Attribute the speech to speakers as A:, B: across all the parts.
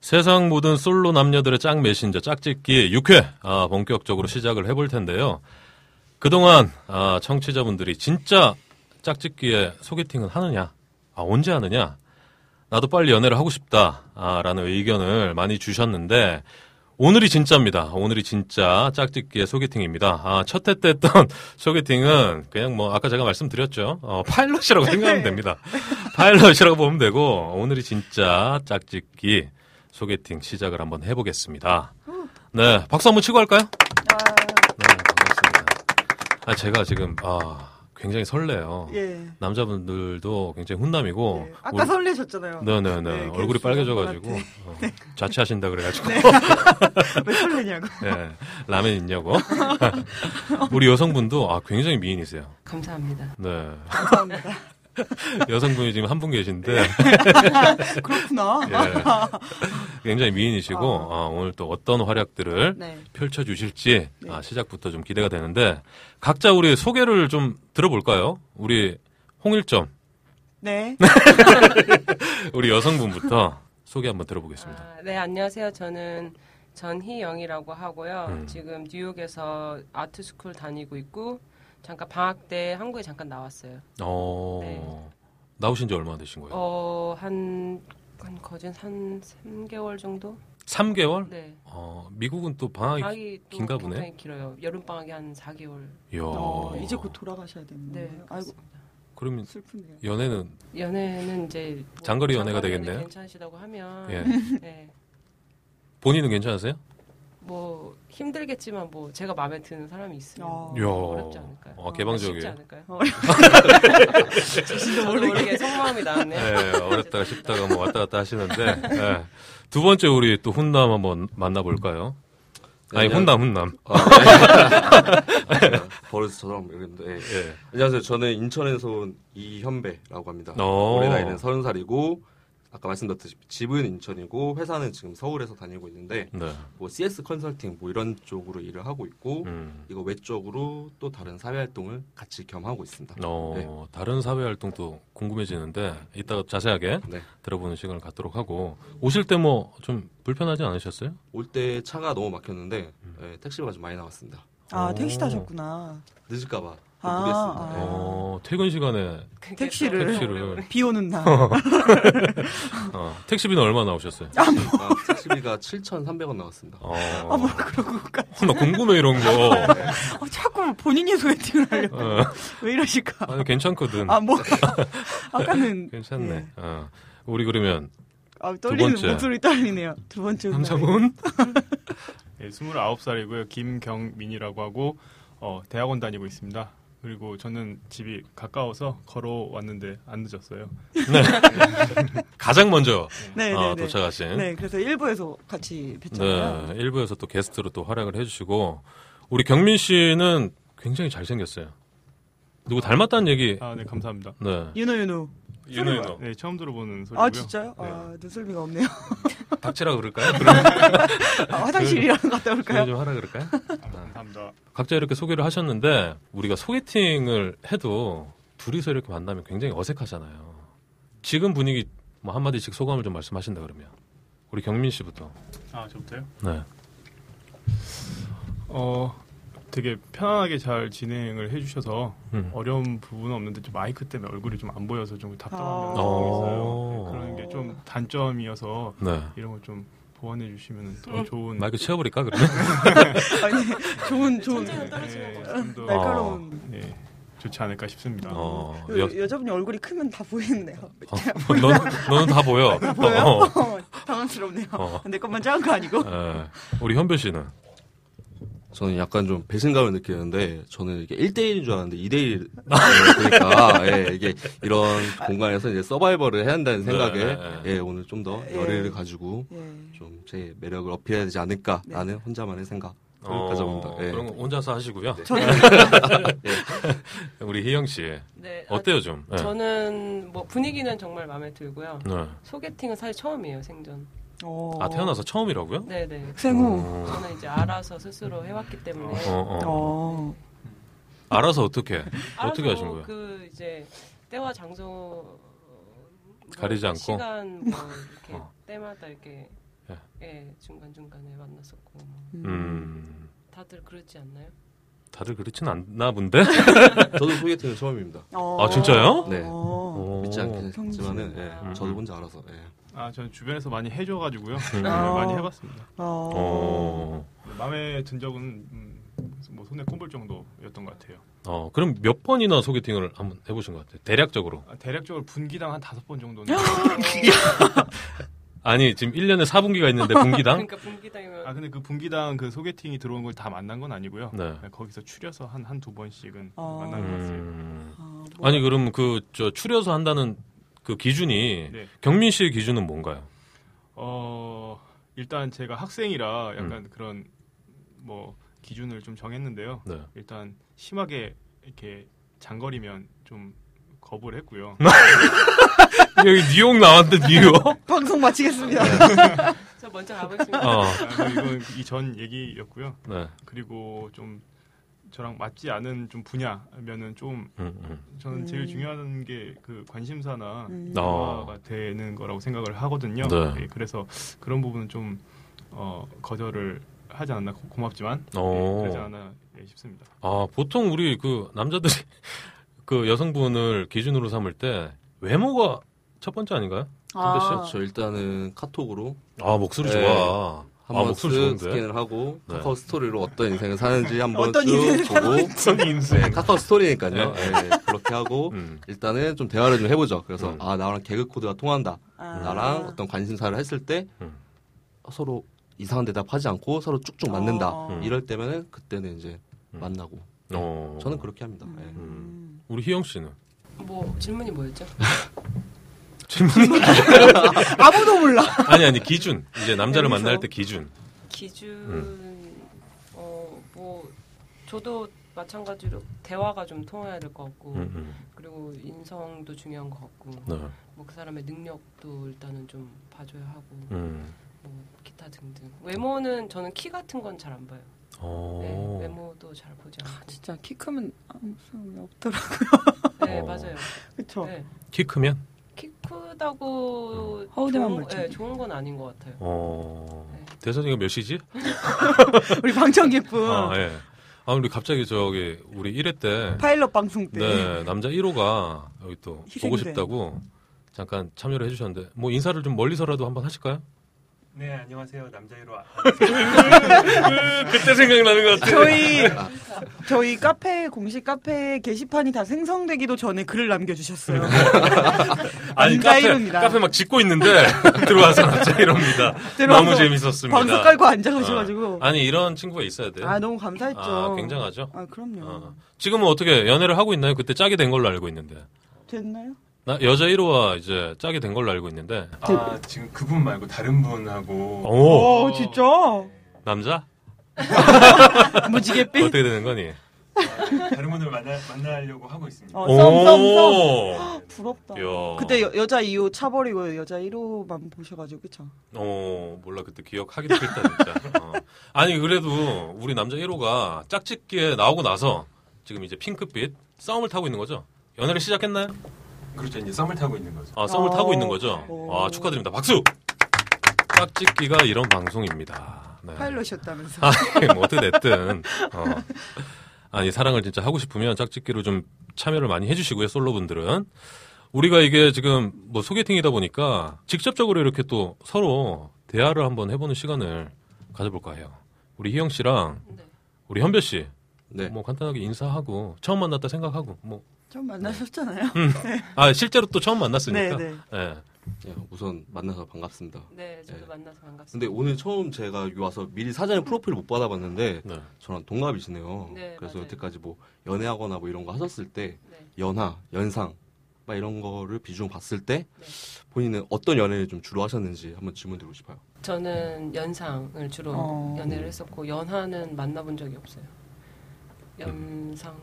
A: 세상 모든 솔로 남녀들의 짝 메신저 짝짓기 6회 아, 본격적으로 시작을 해볼 텐데요. 그동안 아, 청취자분들이 진짜 짝짓기에 소개팅은 하느냐? 아, 언제 하느냐? 나도 빨리 연애를 하고 싶다. 아, 라는 의견을 많이 주셨는데 오늘이 진짜입니다. 오늘이 진짜 짝짓기의 소개팅입니다. 아, 첫 회 때 했던 소개팅은 그냥 뭐 아까 제가 말씀드렸죠. 어, 파일럿이라고
B: 네.
A: 생각하면 됩니다. 파일럿이라고 보면 되고 오늘이 진짜 짝짓기 소개팅 시작을 한번 해보겠습니다. 네, 박수 한번 치고 할까요? 네, 반갑습니다. 아, 제가 지금 아, 굉장히 설레요.
B: 예.
A: 남자분들도 굉장히 훈남이고
B: 예. 아까 설레셨잖아요.
A: 어, 네네네
B: 네,
A: 얼굴이
B: 괜히
A: 빨개져가지고
B: 것
A: 어, 자취하신다 그래가지고
B: 왜 설레냐고.
A: 예, 라면 있냐고 우리 여성분도 아 굉장히 미인이세요.
C: 감사합니다.
A: 네
B: 감사합니다.
A: 여성분이 지금 한 분 계신데
B: 그렇구나.
A: 예, 굉장히 미인이시고
C: 어.
A: 아, 오늘 또 어떤 활약들을
C: 네.
A: 펼쳐주실지 아, 시작부터 좀 기대가 되는데 각자 우리 소개를 좀 들어볼까요? 우리 홍일점
B: 네.
A: 우리 여성분부터 소개 한번 들어보겠습니다.
C: 아, 네, 안녕하세요. 저는 전희영이라고 하고요.
A: 음.
C: 지금 뉴욕에서 아트 스쿨 다니고 있고 잠깐 방학 때 한국에 잠깐 나왔어요.
A: 어 나오신 지 얼마나 되신 거예요?
C: 어, 한, 한 거진 한 3개월 정도?
A: 삼 3개월?
C: 네.
A: 어, 미국은 또 방학이
C: 방학이 또
A: 긴가 보네.
C: 굉장히 길어요. 여름 방학이 한 4개월.
A: 이야.
B: 어, 이제 곧 돌아가셔야 되는
C: 네.
B: 거예요. 아이고
A: 그러면
B: 슬프네요.
A: 연애는
C: 연애는 이제 뭐
A: 장거리 연애가
C: 장거리 연애
A: 되겠네요.
C: 괜찮으시다고 하면
A: 예.
C: 네.
A: 본인은 괜찮으세요?
C: 뭐 힘들겠지만 뭐 제가 마음에 드는 사람이 있으면
B: 어.
A: 이야.
C: 어렵지 않을까요?
A: 아, 개방적이에요.
C: 쉽지 않을까요?
B: 자신도
C: 저도 모르게 속마음이 나왔네요.
A: 네, 어렵다가 쉽다가 뭐 왔다 갔다 하시는데 네. 두 번째 우리 또 훈남 한번 만나볼까요? 아니
D: 네,
A: 훈남 훈남.
D: 아, 네. 버릇처럼 그런데 예.
A: 예.
D: 안녕하세요. 저는 인천에서 온 이현배라고 합니다.
A: 오.
D: 올해 나이는 서른 살이고 아까 말씀드렸듯이 집은 인천이고 회사는 지금 서울에서 다니고 있는데
A: 네.
D: 뭐 CS 컨설팅 뭐 이런 쪽으로 일을 하고 있고
A: 음.
D: 이거 외적으로 또 다른 사회 활동을 같이 겸하고 있습니다.
A: 어,
D: 네.
A: 다른 사회 활동도 궁금해지는데 이따가 자세하게
D: 네.
A: 들어보는 시간을 갖도록 하고 오실 때 뭐 좀 불편하지 않으셨어요?
D: 올 때 차가 너무 막혔는데
A: 음.
D: 예, 택시비가 좀 많이 나왔습니다.
B: 아 택시
A: 오.
B: 타셨구나.
D: 늦을까봐
B: 아,
D: 모르겠습니다. 예.
B: 아.
A: 어, 퇴근 시간에
C: 그게
B: 택시를.
C: 또
A: 택시를
B: 비 오는 날.
A: 어, 택시비는 얼마 나오셨어요?
D: 아, 택시비가 7,300원 나왔습니다.
A: 어,
B: 아, 뭐
A: 아,
B: 그러고 가.
A: 나 궁금해 이런 거.
B: 어, 자꾸 본인이 소개팅을 하려고.
A: 어,
B: 왜 이러실까?
A: 아니 괜찮거든.
B: 아 뭐. 아까는
A: 괜찮네.
B: 예.
A: 어. 우리 그러면
B: 아, 떨리는
A: 번째.
B: 목소리 떨리네요. 두 번째 운
A: 남성훈
E: 예, 29살이고요. 김경민이라고 하고 어, 대학원 다니고 있습니다. 그리고 저는 집이 가까워서 걸어왔는데 안 늦었어요.
A: 가장 먼저
B: 네,
A: 어,
B: 네, 네.
A: 도착하신. 네.
B: 네, 그래서 일부에서 같이 뵀잖아요.
A: 일부에서 또 게스트로 또 활약을 해주시고 우리 경민 씨는 굉장히 잘생겼어요. 누구 닮았다는 얘기.
E: 아, 네, 감사합니다.
A: 네.
B: 윤호 윤호.
A: 윤호 윤호.
E: 네, 처음 들어보는 소리고요.
B: 아 진짜요?
A: 네.
B: 아 눈썰미가 없네요.
A: 닥치라 그럴까요? 그럼
B: 아,
A: 네.
B: 화장실이랑 갔다 올까요?
A: 그래 좀 하라 그럴까요?
E: 아, 감사합니다.
A: 각자 이렇게 소개를 하셨는데 우리가 소개팅을 해도 둘이서 이렇게 만나면 굉장히 어색하잖아요. 지금 분위기 뭐 한마디씩 소감을 좀 말씀하신다 그러면 우리 경민 씨부터.
E: 아, 저부터요?
A: 네.
E: 어, 되게 편안하게 잘 진행을 해주셔서
A: 음.
E: 어려운 부분은 없는데 좀 마이크 때문에 얼굴이 좀 안 보여서 좀 답답한 면이
B: 아.
A: 어.
E: 있어요. 네, 그런 게 좀 단점이어서
A: 네.
E: 이런 걸 좀 보완해 주시면
B: 음.
E: 더 좋은
A: 마이크 치워버릴까 그러면?
B: 아니 좋은 좋은
E: 예, 좀더
A: 어.
B: 날카로운
E: 예, 좋지 않을까 싶습니다.
A: 어,
B: 여, 여자분이 얼굴이 크면 다 보이는데요.
A: 어, 너는, 너는 다 보여.
B: 보여요?
A: 어, 어.
B: 당황스럽네요.
A: 어.
B: 내 것만 작은 거 아니고.
A: 예. 우리 현배 씨는
D: 저는 약간 좀 배신감을 느끼는데 저는 이게 1대1인 줄 알았는데 2대1 그러니까 예, 이게 이런 공간에서 이제 서바이벌을 해야 한다는 생각에
A: 네.
D: 예, 오늘 좀 더
B: 예.
D: 열의를 가지고
B: 예.
D: 좀 제 매력을 어필해야 되지 않을까라는
B: 네.
D: 혼자만의 생각을
A: 어,
D: 가져봅니다. 예.
A: 그런 거 혼자서 하시고요.
B: 저는
A: 우리 희영 씨
C: 네, 아,
A: 어때요 좀? 예.
C: 저는 뭐 분위기는 정말 마음에 들고요.
A: 네.
C: 소개팅은 사실 처음이에요, 생전.
B: 어.
A: 아 태어나서 처음이라고요?
C: 네, 네.
B: 생후.
C: 저는 이제 알아서 스스로 해왔기 때문에
A: 어, 어.
B: 어.
A: 알아서 어떻게
C: 알아서
A: 어떻게 하신 거예요?
C: 그 이제 때와 장소 뭐
A: 가리지 않고?
C: 시간 뭐 이렇게
A: 어.
C: 때마다 이렇게
A: 예.
C: 예, 중간 중간에 만났었고 뭐.
A: 음,
C: 다들 그렇지 않나요?
A: 다들 그렇진 않나 본데?
D: 저도 소개팅은 처음입니다.
B: 어.
A: 아, 진짜요?
D: 네.
B: 어.
A: 오.
D: 믿지 않겠지만은
B: 경진.
D: 예,
C: 음.
D: 저도 혼자 알아서 예.
E: 아, 저는 주변에서 많이 해줘가지고요.
A: 음.
E: 네, 많이 해봤습니다.
B: 어.
A: 어,
E: 마음에 든 적은 음, 뭐 손에 꼽을 정도였던 것 같아요.
A: 어, 그럼 몇 번이나 소개팅을 한번 해보신 것 같아요? 대략적으로.
E: 아, 대략적으로 분기당 한 다섯 번 정도는.
A: 아니, 지금 1년에 4분기가 있는데 분기당?
C: 그러니까 분기당이면
E: 아 근데 그 분기당 그 소개팅이 들어온 걸 다 만난 건 아니고요.
A: 네.
E: 네, 거기서 추려서 한 한 두 번씩은
B: 어.
E: 만난 것 같아요.
A: 음.
B: 아, 뭐.
A: 아니, 그럼 그, 저, 추려서 한다는 그 기준이,
E: 네.
A: 경민 씨의 기준은 뭔가요?
E: 어 일단 제가 학생이라 약간 그런 뭐 기준을 좀 정했는데요.
A: 네.
E: 일단 심하게 이렇게 장거리면 좀 거부를 했고요.
A: 여기 뉴욕 나왔는데, 뉴욕?
B: 어. 방송 마치겠습니다.
A: 네.
C: 저 먼저 가보겠습니다.
A: 어,
E: 아, 그리고 이건 이전 얘기였고요.
A: 네.
E: 그리고 좀 저랑 맞지 않은 좀 분야면은 좀
A: 음, 음.
E: 저는
B: 음.
E: 제일 중요한 게 그 관심사나
B: 음.
A: 어.
E: 대화가 되는 거라고 생각을 하거든요.
A: 네.
E: 예, 그래서 그런 부분은 좀 어, 거절을 하지 않나 고, 맙지만 예,
A: 오.
E: 그러지 않나 예, 싶습니다.
A: 아, 보통 우리 그 남자들이 그 여성분을 기준으로 삼을 때 외모가 첫 번째 아닌가요?
B: 아.
D: 저 그렇죠. 일단은 카톡으로
A: 아, 목소리
D: 네.
A: 좋아. 아,
D: 한번
A: 목소리
D: 쓱
A: 좋은데.
D: 스캔을 하고
A: 네.
D: 카카오 스토리로 어떤 인생을 사는지 한번
B: 어떤
D: 쭉
B: 인생을
D: 보고
E: 손 인수.
D: 네, 카카오 스토리니까요. 예, 그렇게 하고
A: 음.
D: 일단은 좀 대화를 좀 해보죠. 그래서
A: 음.
D: 아 나랑 개그 코드가 통한다.
B: 아.
D: 나랑 어떤 관심사를 했을 때
A: 음.
D: 서로 이상한 대답하지 않고 서로 쭉쭉 맞는다.
B: 어.
A: 음.
D: 이럴 때면은 그때는 이제
A: 음.
D: 만나고
A: 어.
D: 네. 저는 그렇게 합니다. 예.
B: 음.
A: 우리 희영 씨는
C: 뭐 질문이 뭐였죠?
A: 질문
B: 아무도 몰라.
A: 아니 아니 기준 이제 남자를
C: 네,
B: 여기서?
A: 만날 때 기준
C: 기준 어 뭐 저도 마찬가지로 대화가 좀 통해야 될 것 같고
A: 음, 음.
C: 그리고 인성도 중요한 것 같고
A: 네.
C: 뭐 그 사람의 능력도 일단은 좀 봐줘야 하고
A: 음.
C: 뭐 기타 등등 외모는 저는 키 같은 건 잘 안 봐요.
A: 어.
C: 네, 외모도 잘 보지 않고
B: 진짜 키 크면 아무 소용이 없더라.
C: 네
A: 어.
C: 맞아요.
B: 그쵸.
C: 네.
A: 키 크면
C: 키 크다고
B: 허우대만
C: 좋은-
B: 물질.
C: 네, 좋은 건 아닌 것 같아요.
A: 어.
C: 네.
A: 대선이가 몇 시지?
B: 우리 방청객분.
A: 아, 예. 아, 우리 갑자기 저기 우리 1회 때
B: 파일럿 방송 때.
A: 네, 남자 1호가 여기 또 보고
B: 희생된.
A: 싶다고 잠깐 참여를 해주셨는데 뭐 인사를 좀 멀리서라도 한번 하실까요?
F: 네 안녕하세요 남자이로 아-
A: 그때 생각나는 것 같아.
B: 저희 저희 카페 공식 카페 게시판이 다 생성되기도 전에 글을 남겨주셨어요.
A: 아니 카페,
B: 남자일호입니다.
A: 카페 막 짓고 있는데 들어와서 남자 1호입니다.
B: 들어와서
A: 너무 재밌었습니다.
B: 방석 깔고 앉아가지고
A: 아니 이런 친구가 있어야 돼요.
B: 아 너무 감사했죠.
A: 아, 굉장하죠.
B: 아, 그럼요.
A: 어. 지금은 어떻게 연애를 하고 있나요? 그때 짝이 된 걸로 알고 있는데
B: 됐나요?
A: 나 여자 1호와 이제 짝이 된 걸로 알고 있는데
F: 아 지금 그분 말고 다른 분하고
A: 오
B: 어 진짜
A: 남자
B: 무지개 빛.
A: 어떻게 되는 거니?
F: 다른 분을 만나, 만나려고 하고 있습니다
B: 어, 썸썸썸 부럽다.
A: 이야.
B: 그때 여, 여자 2호 차버리고 여자 1호만 보셔가지고 그쵸?
A: 어, 몰라. 그때 기억하기도 싫다, 진짜. 어. 아니, 그래도 우리 남자 1호가 짝짓기에 나오고 나서 지금 이제 핑크빛 싸움을 타고 있는 거죠? 연애를 시작했나요?
F: 그렇죠 이제 썸을 타고 있는 거죠
A: 아, 싸움을
B: 어.
A: 타고 있는 거죠?
B: 어.
A: 아, 축하드립니다. 박수! 짝짓기가 이런 방송입니다. 네.
B: 파일럿이었다면서.
A: 아니, 뭐 어떻게 됐든. 어. 아니, 사랑을 진짜 하고 싶으면 짝짓기로 좀 참여를 많이 해주시고요, 솔로분들은. 우리가 이게 지금 뭐 소개팅이다 보니까 직접적으로 이렇게 또 서로 대화를 한번 해보는 시간을 가져볼까 해요. 우리 희영 씨랑
C: 네.
A: 우리 현배 씨.
D: 네.
A: 뭐 간단하게 인사하고 처음 만났다 생각하고 뭐.
B: 처음 만나셨잖아요.
A: 아, 실제로 또 처음 만났으니까.
B: 네네.
A: 예.
D: 예, 우선 만나서 반갑습니다.
C: 네, 저도
D: 네.
C: 만나서 반갑습니다.
D: 근데 오늘 처음 제가 여기 와서 미리 사전에 프로필 못 받아봤는데
A: 네.
D: 저랑 동갑이시네요.
C: 네,
D: 그래서
C: 맞아요.
D: 여태까지 뭐 연애하거나 뭐 이런 거 하셨을 때
C: 네.
D: 연하, 연상 막 이런 거를 비중 봤을 때
C: 네.
D: 본인은 어떤 연애를 좀 주로 하셨는지 한번 질문드리고 싶어요.
C: 저는 연상을 주로
B: 어.
C: 연애를 했었고 연하는 만나본 적이 없어요. 연상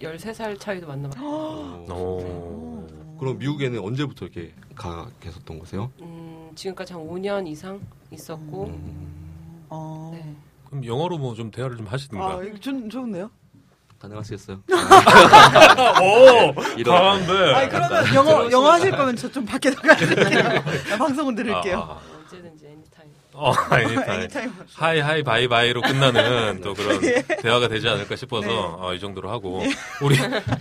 C: 13살 차이도 만나봤고
A: 오.
D: 어. 그럼 미국에는 언제부터 이렇게 가 계셨던 거세요?
C: 음, 지금까지 한 5년 이상 있었고
B: 음.
D: 음.
B: 어.
C: 네.
A: 그럼 영어로 뭐 좀 대화를 좀 하시든가.
B: 아, 이거 좋, 좋은데요?
D: 가능하시겠어요?
B: 아, 네.
A: 오!
D: 네. 이런-
A: 강한데.
B: 아니, 그러면 영어, 영어 하실 거면 저 좀 밖에 나가야 될게요. 방송은 들을게요.
A: 아, 아.
C: 어, 이제 언제든지 애니타임.
A: 어, 아니,
B: 애니타임.
A: 하이 하이 바이 바이로 끝나는 또 그런 대화가 되지 않을까 싶어서
B: 네.
A: 어, 이 정도로 하고 우리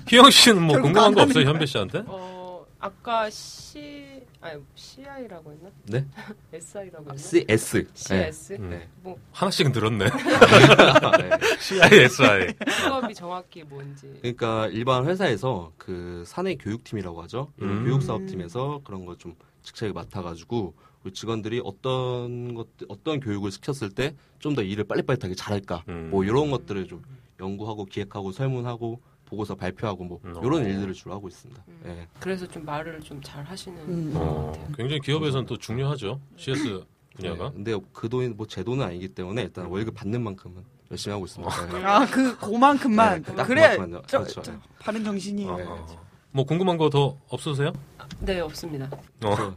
A: 희영 씨는 뭐
B: 결국
A: 궁금한 거
B: 안
A: 없어요 현배 씨한테?
C: 어 아까 C 아니 CI라고 했나?
D: 네?
B: 아,
C: SI라고 했나?
D: CS. 네.
C: CS.
A: 음.
D: 네.
C: 뭐
A: 하나씩은 들었네.
D: 네.
A: CISI.
B: 네.
C: 수업이 정확히 뭔지.
D: 그러니까 일반 회사에서 그 사내 교육팀이라고 하죠. 이런
A: 음.
D: 교육사업팀에서 그런 걸 좀 직책을 맡아가지고 우리 직원들이 어떤 것 어떤 교육을 시켰을 때 좀 더 일을 빨리빨리하게 잘할까
A: 음.
D: 뭐 이런 것들을 좀 연구하고 기획하고 설문하고 보고서 발표하고 뭐
A: 음.
D: 이런 일들을 주로 하고 있습니다.
C: 음.
D: 예.
C: 그래서 좀 말을 좀 잘 하시는
B: 음.
C: 것
A: 어,
C: 같아요.
A: 굉장히 기업에서는 또 중요하죠. CS 분야가.
D: 예. 근데 그 돈이 뭐 제 돈은 아니기 때문에 일단 월급 받는 만큼은 열심히 하고 있습니다. 예.
B: 아, 그 고만큼만.
D: 네, 딱
B: 그래.
D: 그만큼만요.
B: 저,
D: 그렇죠.
B: 저, 바른 정신이에요.
A: 어,
D: 네.
A: 어. 뭐 궁금한 거 더 없으세요?
C: 네 없습니다.
A: 어.
D: 그래서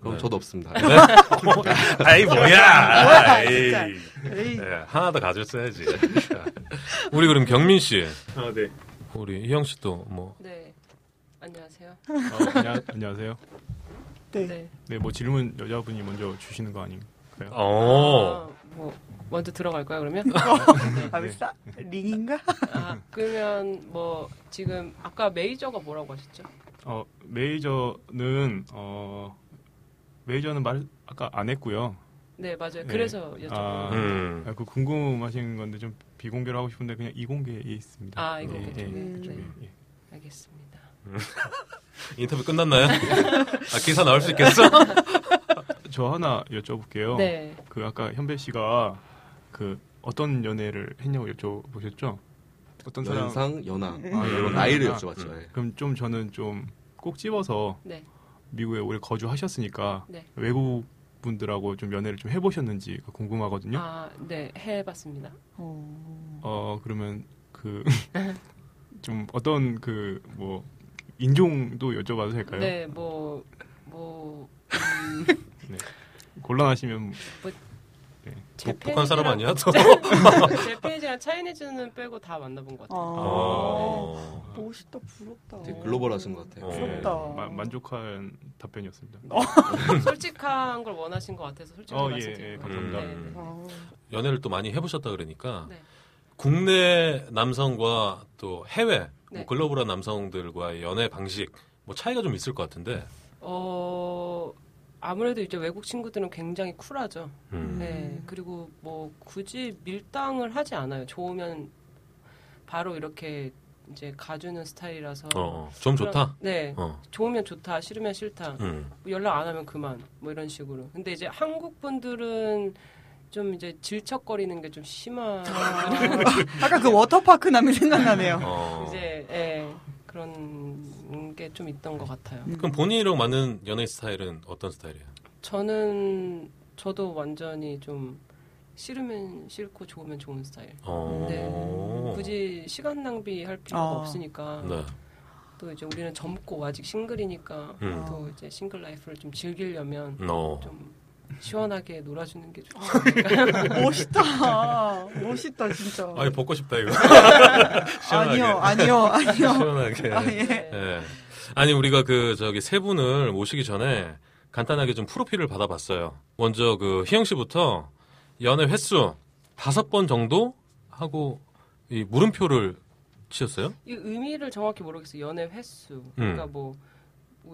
D: 그럼
A: 네.
D: 저도 없습니다.
A: 아이 뭐야. 에이.
B: 진짜. 에이,
D: 네,
A: 예, 하나 더 가졌어야지. 우리 그럼 경민 씨,
E: 아, 네.
A: 우리 희영 씨도 뭐
C: 네 안녕하세요.
E: 어, 안녕- 안녕하세요.
B: 네.
C: 네.
E: 네, 뭐 질문 여자분이 먼저 주시는 거 아닌가요?
A: 어.
C: 아, 뭐 먼저 들어갈까요 그러면?
D: 네,
B: 아, 왜 싸? 링인가?
C: 아, 그러면 뭐 지금 아까 메이저가 뭐라고 하셨죠?
E: 어, 메이저는 어 메이저는 말 아까 안 했고요.
C: 네 맞아요.
E: 네.
C: 그래서 여쭤보
E: 아.
C: 요
A: 음.
E: 아, 그 궁금하신 건데 좀 비공개로 하고 싶은데 그냥 이공개에 있습니다.
C: 아, 이공개
E: 예, 예,
B: 음.
E: 그쪽에, 예.
C: 알겠습니다.
A: 인터뷰 끝났나요? 아, 기사 나올 수 있겠어?
E: 저 하나 여쭤볼게요.
C: 네.
E: 그 아까 현배 씨가 그 어떤 연애를 했냐고 여쭤보셨죠? 어떤 사람?
D: 연상, 연하,
E: 아,
D: 이런
E: 연하.
D: 나이를 여쭤봤죠. 예.
E: 그럼 좀 저는 좀 꼭 집어서
C: 네.
E: 미국에 오래 거주하셨으니까
C: 네.
E: 외국 분들하고 좀 연애를 좀 해보셨는지 궁금하거든요.
C: 아, 네, 해봤습니다.
B: 어.
E: 어 그러면 그 좀 어떤 그 뭐 인종도 여쭤봐도 될까요?
C: 네, 뭐, 뭐, 음,
E: 곤란하시면 뭐
C: 제
A: 뭐 북- 북한 사람
C: 페이지랑-
A: 아니야? 또.
C: 제 페이지랑 차이니즈는 빼고 다 만나본 것 같아요.
B: 아.
A: 어.
B: 어. 멋있다, 부럽다.
D: 되게 글로벌하신 것 같아요.
A: 어.
E: 예,
B: 부럽다.
E: 마- 만족한 답변이었습니다.
C: 솔직한 걸 원하신 것 같아서 솔직히
E: 어, 예, 예,
C: 말씀드려요.
E: 감사합니다.
B: 어.
A: 연애를 또 많이 해보셨다 그러니까
C: 네.
A: 국내 남성과 또 해외 뭐
C: 네.
A: 글로벌한 남성들과의 연애 방식 뭐 차이가 좀 있을 것 같은데.
C: 어, 아무래도 이제 외국 친구들은 굉장히 쿨하죠.
A: 음.
C: 네, 그리고 뭐 굳이 밀당을 하지 않아요. 좋으면 바로 이렇게 이제 가주는 스타일이라서.
A: 어, 어. 좀
C: 그럼-
A: 좋다.
C: 네,
A: 어.
C: 좋으면 좋다, 싫으면 싫다.
A: 음.
C: 연락 안 하면 그만 뭐 이런 식으로 근데 이제 한국 분들은 좀 이제 질척거리는 게 좀 심한
B: 아까 그 워터파크 남이 생각나네요.
A: 어.
C: 이제 예, 그런 게 좀 있던 것 같아요.
D: 음.
A: 그럼 본인이랑 맞는 연애 스타일은 어떤 스타일이에요?
C: 네. 저는 저도 완전히 좀 싫으면 싫고 좋으면 좋은 스타일.
A: 어.
C: 네. 굳이 시간 낭비할 필요가
B: 아.
C: 없으니까
A: 네.
C: 또 이제 우리는 젊고 아직 싱글이니까
A: 음.
B: 아.
C: 또 이제 싱글 라이프를 좀 즐기려면
A: 어.
C: 좀 시원하게 놀아주는 게 좋죠.
B: 멋있다. 멋있다, 진짜.
A: 아니 벗고 싶다 이거. 시원하게.
B: 아니요, 아니요, 아니요.
D: 네.
A: 시원하게.
B: 아,
C: 네.
B: 예.
A: 예. 아니 우리가 그 저기 세 분을 모시기 전에 간단하게 좀 프로필을 받아봤어요. 먼저 그 희영 씨부터 연애 횟수 다섯 번 정도 하고 이 물음표를 치셨어요.
C: 이 의미를 정확히 모르겠어요. 연애 횟수.
A: 음.
C: 그러니까 뭐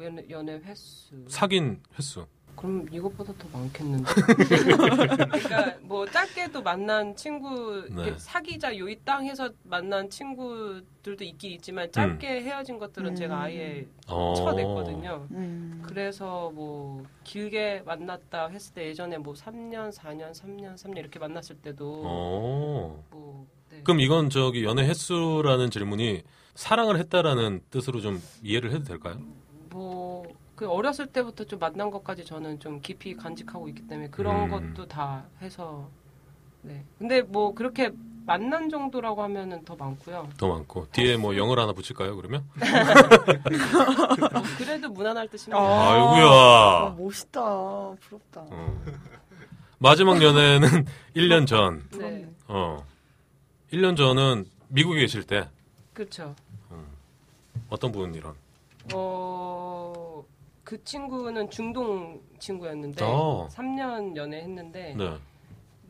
C: 연애, 연애 횟수.
A: 사귄 횟수.
C: 그럼 이것보다 더 많겠는데. 그러니까 뭐 짧게도 만난 친구
A: 네.
C: 이렇게 사귀자 요이 땅에서 만난 친구들도 있긴 있지만 짧게 헤어진 것들은
B: 음.
C: 제가 아예
A: 어.
C: 쳐냈거든요.
B: 음.
C: 그래서 뭐 길게 만났다 했을 때 예전에 뭐 3년, 4년, 3년, 3년 이렇게 만났을 때도
A: 어.
C: 뭐 네.
A: 그럼 이건 저기 연애 횟수라는 질문이 사랑을 했다라는 뜻으로 좀 이해를 해도 될까요?
C: 뭐, 그 어렸을 때부터 좀 만난 것까지 저는 좀 깊이 간직하고 있기 때문에 그런
A: 음.
C: 것도 다 해서, 네. 근데 뭐 그렇게 만난 정도라고 하면은 더 많고요.
A: 더 많고 뒤에 뭐 영을 하나 붙일까요? 그러면? 아.
C: 뭐 그래도 무난할 듯이면.
B: 어. 아,
A: 아이구야.
B: 멋있다. 부럽다.
A: 어. 마지막 연애는 1년 전.
C: 네.
B: 부럽네.
A: 어. 1년 전은 미국에 계실 때
C: 그렇죠.
A: 어떤 분이랑?
C: 어, 그 친구는 중동 친구였는데
A: 어.
C: 3년 연애했는데
A: 네.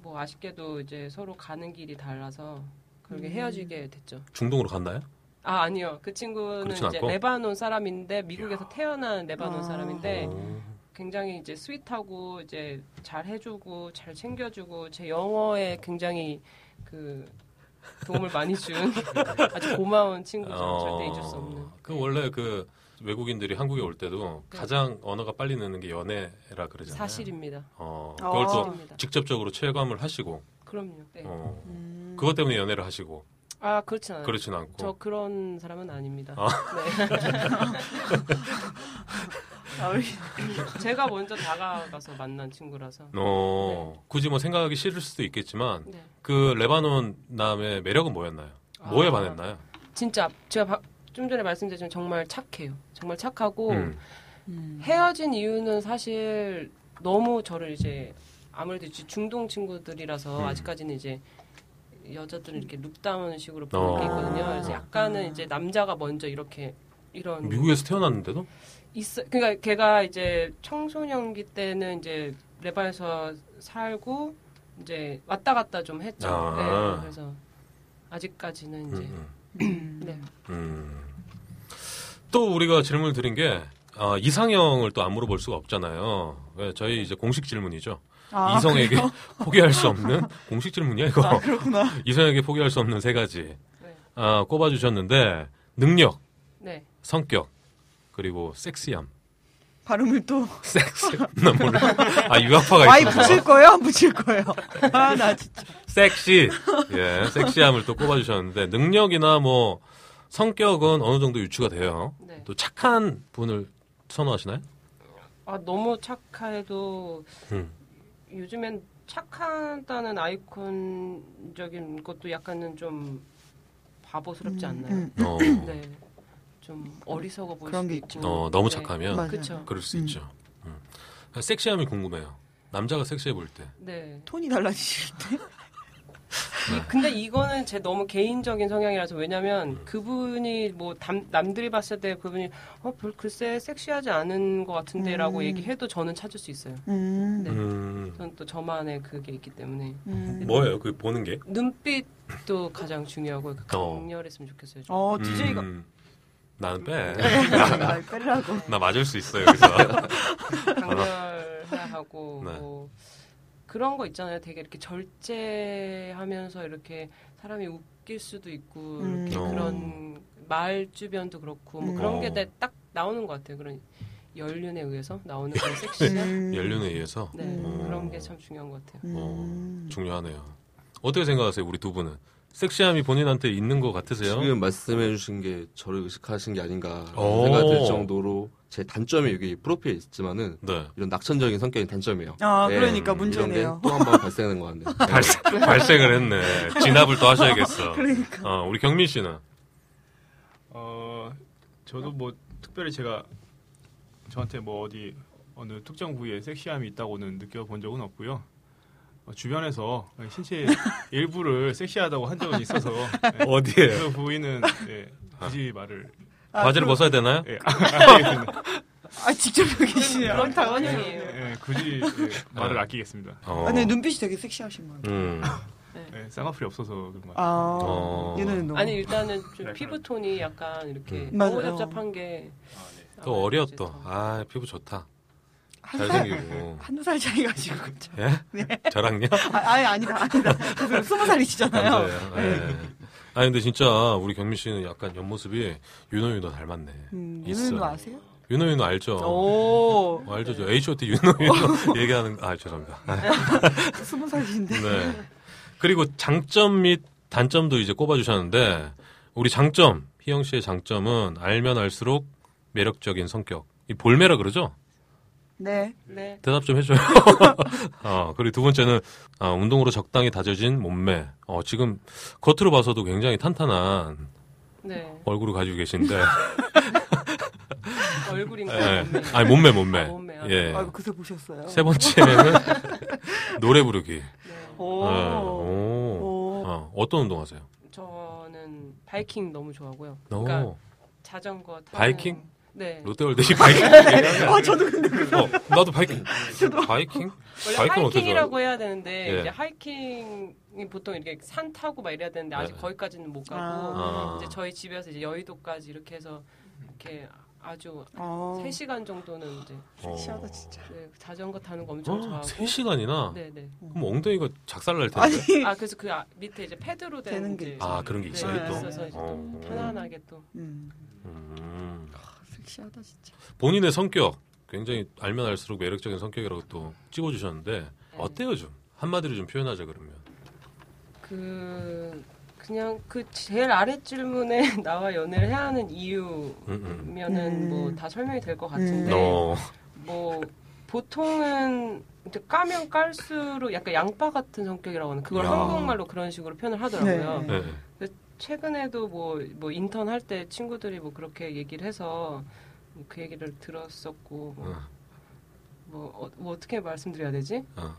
C: 뭐 아쉽게도 이제 서로 가는 길이 달라서 그렇게
B: 음.
C: 헤어지게 됐죠.
A: 중동으로 갔나요?
C: 아 아니요 그 친구는
A: 그렇진
C: 이제
A: 않고?
C: 레바논 사람인데 미국에서 태어난 레바논
B: 아.
C: 사람인데
A: 오.
C: 굉장히 이제 스윗하고 이제 잘 해주고 잘 챙겨주고 제 영어에 굉장히 그 도움을 많이 준 아주 고마운 친구죠 절대 잊을 수 없는
A: 어. 그 원래 그 외국인들이 한국에 올 때도
C: 네.
A: 가장 언어가 빨리 느는 게 연애라 그러잖아요.
C: 사실입니다.
A: 어,
B: 어.
A: 그걸 또
C: 사실입니다.
A: 직접적으로 체감을 하시고,
C: 그럼요. 네.
A: 어,
B: 음.
A: 그것 때문에 연애를 하시고,
C: 아 그렇진 않아요.
A: 그렇진 않고.
C: 저 그런 사람은 아닙니다.
A: 아.
C: 네.
B: 아, 우리
C: 제가 먼저 다가가서 만난 친구라서.
A: 어, 굳이 뭐 생각하기 싫을 수도 있겠지만,
C: 네.
A: 그 레바논 남의 매력은 뭐였나요? 뭐에
C: 아.
A: 반했나요?
C: 진짜 제가 바- 좀 전에 말씀드렸지만 정말 착해요. 정말 착하고
A: 음.
B: 음.
C: 헤어진 이유는 사실 너무 저를 이제 아무래도 이제 중동 친구들이라서
A: 음.
C: 아직까지는 이제 여자들은 이렇게 룩다운
A: 어.
C: 식으로 보는 게 있거든요. 그래서 약간은 이제 남자가 먼저 이렇게 이런
A: 미국에서 태어났는데도?
C: 있어. 그러니까 걔가 이제 청소년기 때는 이제 레바에서 살고 이제 왔다 갔다 좀 했죠.
A: 아.
C: 네, 그래서 아직까지는 이제
A: 음,
C: 네.
A: 음. 음. 또 우리가 질문을 드린 게, 아, 이상형을 또 안 물어볼 수가 없잖아요. 왜 저희 이제 공식 질문이죠.
B: 아,
A: 이성에게 포기할 수 없는 공식 질문이야 이거.
B: 아, 그렇구나.
A: 이성에게 포기할 수 없는 세 가지
C: 네.
A: 아, 꼽아주셨는데 능력,
C: 네.
A: 성격 그리고 섹시함.
B: 발음을 또
A: 섹시. 나 몰라. 아 유학파가
B: 와이
A: 있어.
B: 붙일 거예요? 안 붙일 거예요? 아, 나 진짜.
A: 섹시. 예, 섹시함을 또 꼽아주셨는데 능력이나 뭐 성격은 어느 정도 유추가 돼요.
C: 네.
A: 또 착한 분을 선호하시나요?
C: 아 너무 착해도
A: 음.
C: 요즘엔 착하다는 아이콘적인 것도 약간은 좀 바보스럽지 않나요?
B: 음,
A: 어,
C: 네. 좀 어리석어 보일
B: 그런
C: 수도
B: 게
C: 있고.
B: 있죠.
A: 어, 너무 착하면
B: 맞아요.
C: 그렇죠.
A: 그럴 수
B: 음.
A: 있죠. 음. 섹시함이 궁금해요. 남자가 섹시해 보일 때.
C: 네.
B: 톤이 달라지실 때?
C: 근데 이거는 제 너무 개인적인 성향이라서
A: 음.
C: 왜냐면 그분이 뭐 남, 남들이 봤을 때 그분이 어, 별 글쎄 섹시하지 않은 것 같은데라고
B: 음.
C: 얘기해도 저는 찾을 수 있어요.
B: 음.
C: 네.
A: 음.
C: 저는 또 저만의 그게 있기 때문에
B: 음.
A: 뭐예요? 그 보는 게?
C: 눈빛도 가장 중요하고
A: 어.
C: 강렬했으면 좋겠어요. 좀.
B: 어, DJ가. 네.
A: 음, 나는 빼.
B: 날 빼려고.
A: 나 맞을 수 있어 여기서.
C: 강렬해야 하고
A: 네.
C: 뭐 그런 거 있잖아요. 되게 이렇게 절제하면서 이렇게 사람이 웃길 수도 있고
B: 음.
C: 이렇게
A: 어.
C: 그런 말 주변도 그렇고 뭐
B: 음.
C: 그런
A: 어.
C: 게 딱 나오는 것 같아요. 그런 연륜에 의해서 나오는 그런 섹시한
A: 음. 연륜에 의해서 어,
C: 네,
B: 음.
C: 그런 게 참 중요한 것 같아요.
B: 음.
A: 중요하네요. 어떻게 생각하세요, 우리 두 분은? 섹시함이 본인한테 있는 것 같으세요?
D: 지금 말씀해 주신 게 저를 의식하신 게 아닌가
A: 오.
D: 생각될 정도로 제 단점이 여기 프로필에 있지만은
A: 네.
D: 이런 낙천적인 성격이 단점이에요.
B: 아,
D: 예,
B: 그러니까
D: 이런
B: 문제네요.
D: 게 또 한 번 발생하는 것 같네요. 네.
A: 발색, 발색을 했네. 진압을 또 하셔야겠어.
B: 그러니까.
A: 어, 우리 경민 씨는
E: 어, 저도 뭐 특별히 제가 저한테 뭐 어디 어느 특정 부위에 섹시함이 있다고는 느껴본 적은 없고요. 어, 주변에서 신체 일부를 섹시하다고 한 적은 있어서 네.
A: 어디에
E: 그 부위는 네, 굳이 말을
B: 아,
A: 바지를
B: 그-
A: 벗어야 되나요?
E: 예, 안 하겠습니다.
B: 아, 직접 여기시네요.
C: 그런
E: 예,
C: 당연히
E: 예, 굳이 예, 말을
A: 아.
E: 아끼겠습니다.
A: 어.
B: 아, 근데 눈빛이 되게 섹시하신 거예요.
A: 음.
E: 예, 쌍꺼풀이 없어서 그런 것 같아요.
B: 아,
A: 어.
B: 얘는 너무.
C: 아니 일단은 좀
E: 네,
C: 피부 톤이 약간 이렇게
A: 음.
C: 너무
B: 맞아요.
C: 답답한 게
A: 또 어려 또.
C: 아,
A: 아, 피부 좋다.
B: 한 살,
A: 잘생기고.
B: 한 살 차이가 지금.
A: 예? 저랑요?
B: 아, 아니, 아니다, 아니다. 죄송해요. 스무 살이시잖아요.
A: 감사해요. 예. 아니 근데 진짜 우리 경민 씨는 약간 옆모습이 윤호윤호 닮았네.
B: 음,
A: 있어요.
B: 유는 아세요?
A: 윤호윤호 알죠?
B: 오,
A: 어, 알죠, 저 H.O.T. 윤호윤호 얘기하는 아 죄송합니다.
B: 스무 살이신데.
A: 네. 그리고 장점 및 단점도 이제 꼽아주셨는데 우리 장점 희영 씨의 장점은 알면 알수록 매력적인 성격. 이 볼매라 그러죠?
B: 네.
C: 네.
A: 대답 좀 해줘요. 어, 그리고 두 번째는 아, 운동으로 적당히 다져진 몸매. 어, 지금 겉으로 봐서도 굉장히 탄탄한
C: 네.
A: 얼굴을 가지고 계신데
C: 얼굴인가?
A: 예.
C: 몸매.
A: 아니 몸매 몸매.
C: 아, 몸매요?
A: 예.
B: 아이고, 그새 보셨어요.
A: 세 번째는 노래 부르기. 예.
C: 네.
B: 오.
A: 오. 오.
B: 오.
A: 어, 어떤 운동하세요?
C: 저는 바이킹 너무 좋아하고요.
A: 오.
C: 그러니까 자전거 타는
A: 바이킹?
C: 네.
A: 롯데월드시 바이킹.
B: 아 저도 근데
A: 어, 나도 바이킹. 바이킹?
C: 원래
A: 바이킹 어떻게
C: 하이킹이라고 해야 되는데
A: 예.
C: 이제 하이킹이 보통 이렇게 산 타고 막 이래야 되는데 아직
A: 네.
C: 거기까지는 못 가고
A: 아.
C: 이제 저희 집에서 이제 여의도까지 이렇게 해서 이렇게 아주
B: 아,
C: 세 3시간 정도는 이제
A: 어,
B: 시하다 진짜.
C: 네, 자전거 타는 거 엄청
A: 어,
C: 좋아하고
A: 3시간이나?
C: 네, 네.
A: 그럼 엉덩이가 작살 날 텐데.
B: 아니
C: 아 그래서 그 아- 밑에 이제 패드로 된
B: 되는 게
C: 이제
B: 있죠.
A: 아, 그런 게
C: 네,
A: 있어요,
B: 또?
C: 있어서 이제 또
A: 어.
C: 편안하게 또
B: 음.
A: 음.
B: 섹시하다 진짜.
A: 본인의 성격 굉장히 알면 알수록 매력적인 성격이라고 또 찍어주셨는데 어때요 좀 한마디로 좀 표현하자 그러면
C: 그 그냥 그 제일 아래 질문에 나와 연애를 해야 하는 이유면은
A: 음, 음.
B: 음.
C: 뭐 다 설명이 될 것 같은데
A: 어,
C: 뭐 보통은 이제 까면 깔수록 약간 양파 같은 성격이라고 하는 그걸
A: 야.
C: 한국말로 그런 식으로 표현을 하더라고요.
B: 네.
A: 네.
C: 최근에도 뭐, 뭐 인턴 할 때 친구들이 뭐 그렇게 얘기를 해서 그 얘기를 들었었고 뭐,
A: 어,
C: 뭐, 어, 뭐 어떻게 말씀드려야 되지?
A: 어.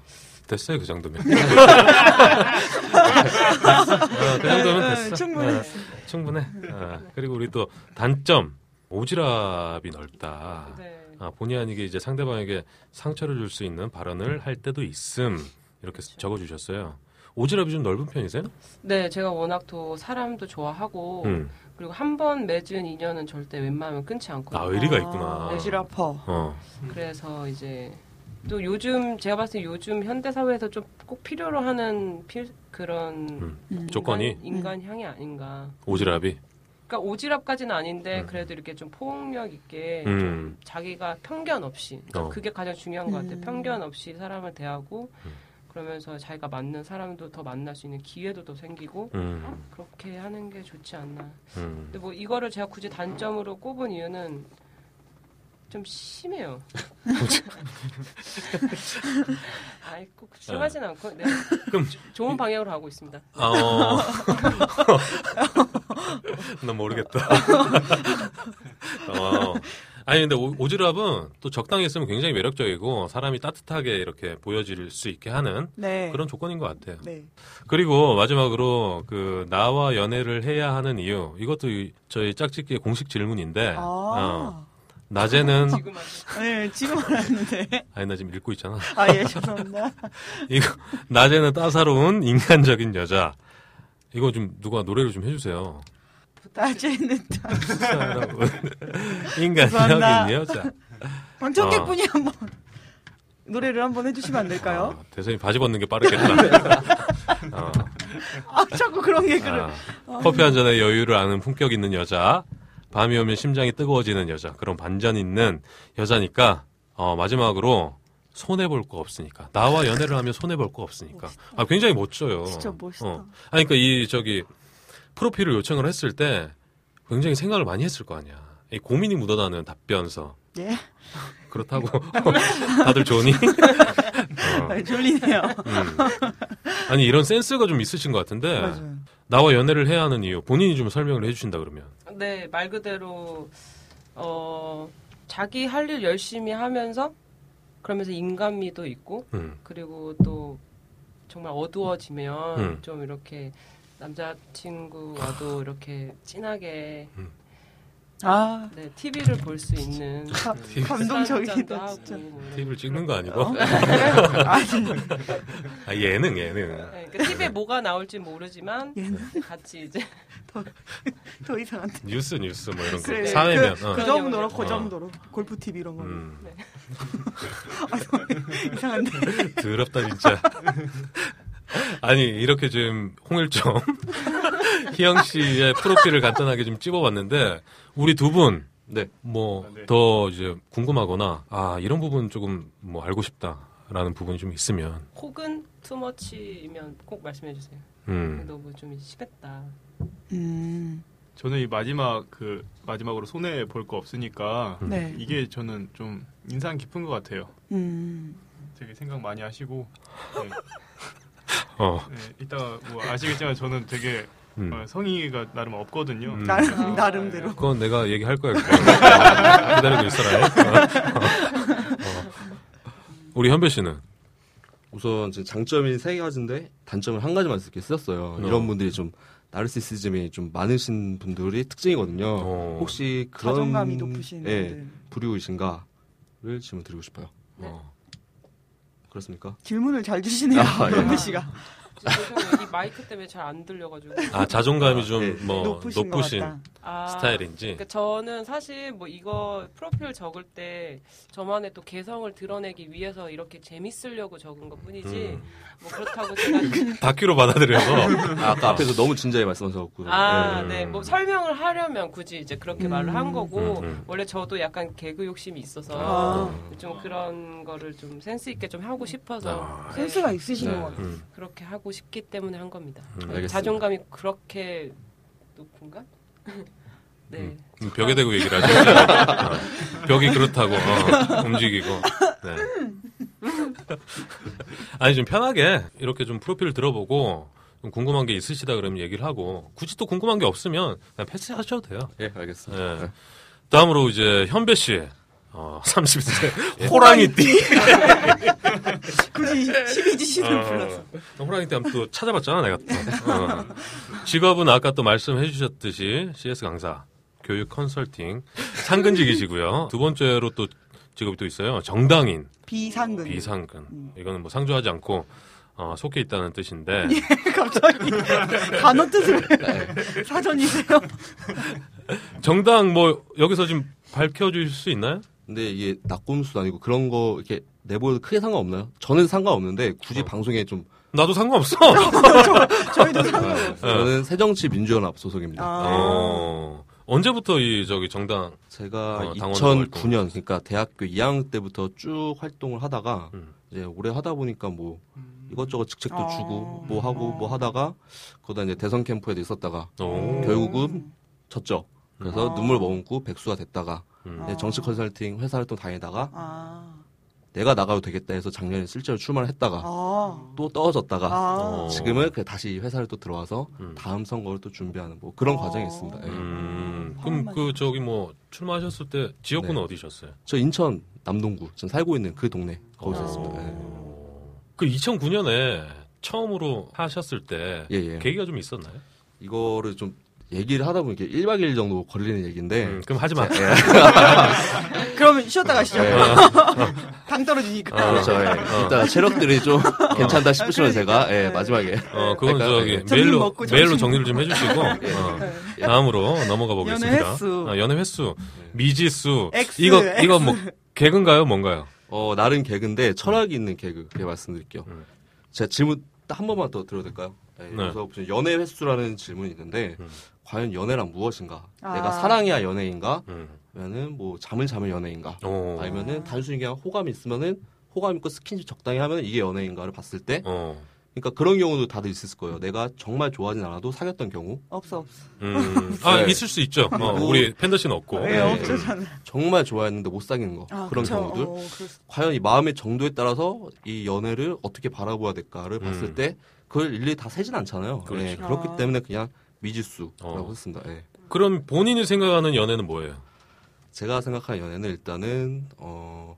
A: 됐어요 그 정도면 어, 그 정도면
B: 네,
A: 됐어
B: 충분해.
A: 어, 충분해 어, 그리고 우리 또 단점 오지랖이 넓다
C: 네.
A: 아, 본의 아니게 이제 상대방에게 상처를 줄 수 있는 발언을 할 때도 있음 이렇게 적어주셨어요 오지랖이 좀 넓은 편이세요?
C: 네, 제가 워낙 또 사람도 좋아하고
A: 음.
C: 그리고 한 번 맺은 인연은 절대 웬만하면 끊지 않고
A: 아 의리가
B: 아,
A: 있구나
B: 오지랖퍼.
A: 어.
C: 그래서 이제 또 요즘 제가 봤을 때 요즘 현대 사회에서 좀 꼭 필요로 하는 필, 그런
A: 음.
B: 음.
A: 조건이
C: 인간, 인간 향이 아닌가.
A: 오지랖이
C: 그러니까 오지랖까지는 아닌데
A: 음.
C: 그래도 이렇게 좀 폭력 있게
A: 음.
C: 자기가 편견 없이 그러니까
A: 어.
C: 그게 가장 중요한 것 같아요.
B: 음.
C: 편견 없이 사람을 대하고
A: 음.
C: 그러면서 자기가 맞는 사람도 더 만날 수 있는 기회도 더 생기고
A: 음.
C: 그렇게 하는 게 좋지 않나.
A: 음.
C: 근데 뭐 이거를 제가 굳이 단점으로 꼽은 이유는 좀 심해요. 아이 꼭 심하진 않고 네.
A: 어. 그럼
C: 좋은 방향으로 가고 있습니다.
A: 아, 어. 난 모르겠다. 어. 아니 근데 오- 오지랖은 또 적당히 쓰면 굉장히 매력적이고 사람이 따뜻하게 이렇게 보여질 수 있게 하는
B: 네.
A: 그런 조건인 것 같아요.
B: 네.
A: 그리고 마지막으로 그 나와 연애를 해야 하는 이유 이것도 이- 저희 짝짓기의 공식 질문인데
B: 아.
A: 어, 낮에는
C: 지금 아주
B: 네, 지금 알았는데.
A: 아니 나 지금 읽고 있잖아.
B: 아, 예, 죄송합니다.
A: 이거 낮에는 따사로운 인간적인 여자. 이거 좀 누가 노래를 좀 해주세요.
B: 낮에는 다.
A: 인간적인
B: 죄송합니다.
A: 여자. 어.
B: 방청객분이 한 번. 노래를 한 번 해주시면 안 될까요?
A: 아, 대선이 바지 벗는 게 빠르겠다.
B: 네.
A: 어,
B: 아, 자꾸 그런 게 그래.
A: 아, 커피 한 잔의 여유를 아는 품격 있는 여자. 밤이 오면 심장이 뜨거워지는 여자. 그런 반전 있는 여자니까 어, 마지막으로 손해 볼 거 없으니까 나와 연애를 하면 손해 볼 거 없으니까 아 굉장히 멋져요.
B: 진짜 멋있다.
A: 어. 아니, 그러니까 이 저기 프로필을 요청을 했을 때 굉장히 생각을 많이 했을 거 아니야. 이 고민이 묻어나는 답변서.
B: 예.
A: 그렇다고 다들 좋으니? 어,
B: 아, 졸리네요.
A: 음. 아니 이런 센스가 좀 있으신 것 같은데
B: 맞아요.
A: 나와 연애를 해야 하는 이유 본인이 좀 설명을 해주신다 그러면
C: 네, 말 그대로 어 자기 할 일 열심히 하면서 그러면서 인간미도 있고
A: 음.
C: 그리고 또 정말 어두워지면
A: 음.
C: 좀 이렇게 남자친구와도 이렇게 진하게
B: 아,
C: 네, TV를 볼 수 있는
B: 가-
A: TV.
C: 아,
B: 감동적이다, 진짜.
C: 뭐
A: TV를 찍는 거
B: 어?
A: 아니고
B: 아니,
A: 아, 예능 예능
C: TV에 네, 그러니까 뭐가 나올지 모르지만
B: 얘는
C: 같이 이제
B: 더 이상한데.
A: 뉴스 뉴스 뭐 이런 거
B: 그래,
A: 사회면
B: 그,
A: 어.
B: 그 정도로, 그
A: 어.
B: 정도로. 골프 TV 이런 거. 는
A: 음.
B: 이상한데.
A: 더럽다 진짜. 아니 이렇게 지금 홍일점 희영 씨의 프로필을 간단하게 좀 찝어봤는데 우리
D: 네.
A: 두 분 뭐
E: 네.
A: 더 이제 궁금하거나 아 이런 부분 조금 뭐 알고 싶다라는 부분이 좀 있으면
C: 혹은 투머치이면 꼭 말씀해 주세요.
A: 음
C: 너무 뭐 좀 심했다.
B: 음,
E: 저는 이 마지막 그 마지막으로 손해 볼 거 없으니까
B: 네.
E: 이게 저는 좀 인상 깊은 것 같아요.
B: 음.
E: 되게 생각 많이 하시고 네,
A: 어,
E: 네, 이따가 뭐 아시겠지만 저는 되게
A: 음.
E: 어, 성의가 나름 없거든요. 네.
A: 음.
B: 나름,
C: 아,
B: 나름대로.
A: 그건 내가 얘기할 거야. 그건. 기다리고 있어라. 어. 우리 현배 씨는
D: 우선 지금 장점이 세 가지인데 단점을 한 가지만 이렇게 썼어요.
A: 어.
D: 이런 분들이 좀 나르시시즘이 좀 많으신 분들이 특징이거든요.
A: 어.
D: 혹시 그런
B: 자존감이 높으신
D: 예,
B: 분들. 네.
D: 부류이신가를 질문 드리고 싶어요.
A: 어.
D: 그렇습니까?
B: 질문을 잘 주시네요.
D: 아, 예.
B: 런브 씨가.
C: 죄송해요. 이 마이크 때문에 잘 안 들려가지고.
A: 아 자존감이 좀
D: 네.
A: 뭐
B: 높으신,
A: 높으신,
B: 것 같다.
C: 아,
A: 스타일인지.
C: 그러니까 저는 사실 뭐 이거 프로필 적을 때 저만의 또 개성을 드러내기 위해서 이렇게 재밌으려고 적은 것 뿐이지
A: 음.
C: 뭐 그렇다고 제가
A: 다큐로 받아들여서
D: 아, 까 앞에서 너무 진지하게 말씀하셔갖고.
C: 아,
A: 음.
C: 네. 뭐 설명을 하려면 굳이 이제 그렇게
B: 음.
C: 말을 한 거고
A: 음, 음.
C: 원래 저도 약간 개그 욕심이 있어서
B: 아,
C: 좀 그런 거를 좀 센스 있게 좀 하고 싶어서 네,
B: 센스가 있으신
D: 네.
B: 것 같아요.
A: 음.
C: 그렇게 하고 싶기 때문에 한 겁니다. 네,
A: 음,
D: 알겠습니다.
C: 자존감이 그렇게 높은가? 네.
A: 음. 음, 벽에 대고 얘기를 하죠. 어, 벽이 그렇다고 어, 움직이고. 네. 아니 좀 편하게 이렇게 좀 프로필 들어보고 좀 궁금한 게 있으시다 그러면 얘기를 하고 굳이 또 궁금한 게 없으면 그냥 패스하셔도 돼요.
D: 예, 알겠습니다.
A: 네.
D: 예.
A: 다음으로 이제 현배 씨. 어, 30세. 호랑이띠.
B: 굳이 12지 씨를
A: 어,
B: 불러서.
A: 호랑이띠 한번 또 찾아봤잖아, 내가 또. 어. 직업은 아까 또 말씀해 주셨듯이 CS 강사, 교육 컨설팅, 상근직이시고요. 두 번째로 또 직업이 또 있어요. 정당인,
B: 비상근.
A: 비상근. 이거는 뭐 상주하지 않고 어, 속해 있다는 뜻인데
B: 갑자기 단어 뜻을 사전이세요?
A: 정당 뭐 여기서 지금 밝혀 주실 수 있나요?
D: 근데 이게 낙곰수도 아니고 그런 거 이렇게 내보여도 크게 상관없나요? 저는 상관없는데 굳이
A: 어.
D: 방송에 좀
A: 나도 상관없어.
B: 저희도 상관없어요.
D: 저는 새정치민주연합 소속입니다.
B: 아,
A: 어, 언제부터 이 저기 정당
D: 제가
A: 어, 당원으로
D: 2009년 그러니까 대학교 2학년 때부터 쭉 활동을 하다가
A: 음.
D: 이제 오래 하다 보니까 뭐 이것저것 직책도
B: 아.
D: 주고 뭐 하고 뭐 하다가 그러다 이제 대선 캠프에도 있었다가
A: 오.
D: 결국은 졌죠. 그래서
B: 아.
D: 눈물 머금고 백수가 됐다가
A: 음.
D: 이제 정치 컨설팅 회사 활동 다니다가
B: 아,
D: 내가 나가도 되겠다 해서 작년에 실제로 출마를 했다가
B: 아,
D: 또 떨어졌다가
B: 아.
A: 어.
D: 지금은 그 다시 회사를 또 들어와서
A: 음.
D: 다음 선거를 또 준비하는 뭐 그런
B: 아.
D: 과정이 있습니다. 예.
A: 음, 그럼 그 저기 뭐 출마하셨을 때 지역구는
D: 네.
A: 어디셨어요?
D: 저 인천 남동구 전 살고 있는 그 동네
A: 아.
D: 거기서
B: 어.
D: 했습니다. 예.
A: 그 2009년에 처음으로 하셨을 때
D: 예, 예.
A: 계기가 좀 있었나요?
D: 이거를 좀 얘기를 하다 보면 이렇게 1박 2일 정도 걸리는 얘기인데
A: 음, 그럼 하지 마. 어,
B: 그러면 쉬었다 가시죠.
D: 예.
B: 당 떨어지니까.
D: 그렇죠. 예. 일단 체력들이 좀 괜찮다 싶으시면 제가 예, 마지막에
A: 어, 그건
D: 약간,
A: 저기
D: 예.
B: 점심
A: 메일로
B: 먹고
A: 메일로
B: 점심
A: 정리를 좀 해주시고 어, 다음으로 넘어가 보겠습니다.
B: 연애 횟수.
A: 아, 연애 횟수,
D: 네.
A: 미지수,
B: X,
A: 이거
B: X.
A: 이거 뭐 개근가요, 뭔가요?
D: 어, 나름 개그인데 철학이 있는 개그 그게 말씀드릴게요.
A: 음. 네.
D: 제가 질문 딱 한 번만 더 들어도 될까요? 예, 그래서 무슨 연애 횟수라는 질문이 있는데
A: 음.
D: 과연 연애란 무엇인가?
B: 아.
D: 내가 사랑이야 연애인가?
A: 음.
D: 아니면은 뭐 잠을 자면 연애인가?
A: 어,
D: 아니면은 단순히 그냥 호감 이 있으면은 호감 있고 스킨십 적당히 하면 이게 연애인가를 봤을 때
A: 어,
D: 그러니까 그런 경우도 다들 있을 거예요. 내가 정말 좋아하진 않아도 사귀었던 경우,
B: 없어, 없어.
A: 음. 아
D: 네.
A: 있을 수 있죠. 어,
D: 그리고-
A: 우리 팬더 씨는 없고. 음.
B: 예,
D: 네.
B: 없죠, 저는.
D: 정말 좋아했는데 못 사귀는 거
B: 아,
D: 그런
B: 그쵸.
D: 경우들.
B: 어, 그렇-
D: 과연 이 마음의 정도에 따라서 이 연애를 어떻게 바라봐야 될까를 봤을
A: 음.
D: 때 그걸 일일이 다 세진 않잖아요.
A: 그렇죠.
D: 예, 그렇기
B: 아.
D: 때문에 그냥 미지수라고
A: 어.
D: 했습니다. 예.
A: 그럼 본인이 생각하는 연애는 뭐예요?
D: 제가 생각하는 연애는 일단은 어,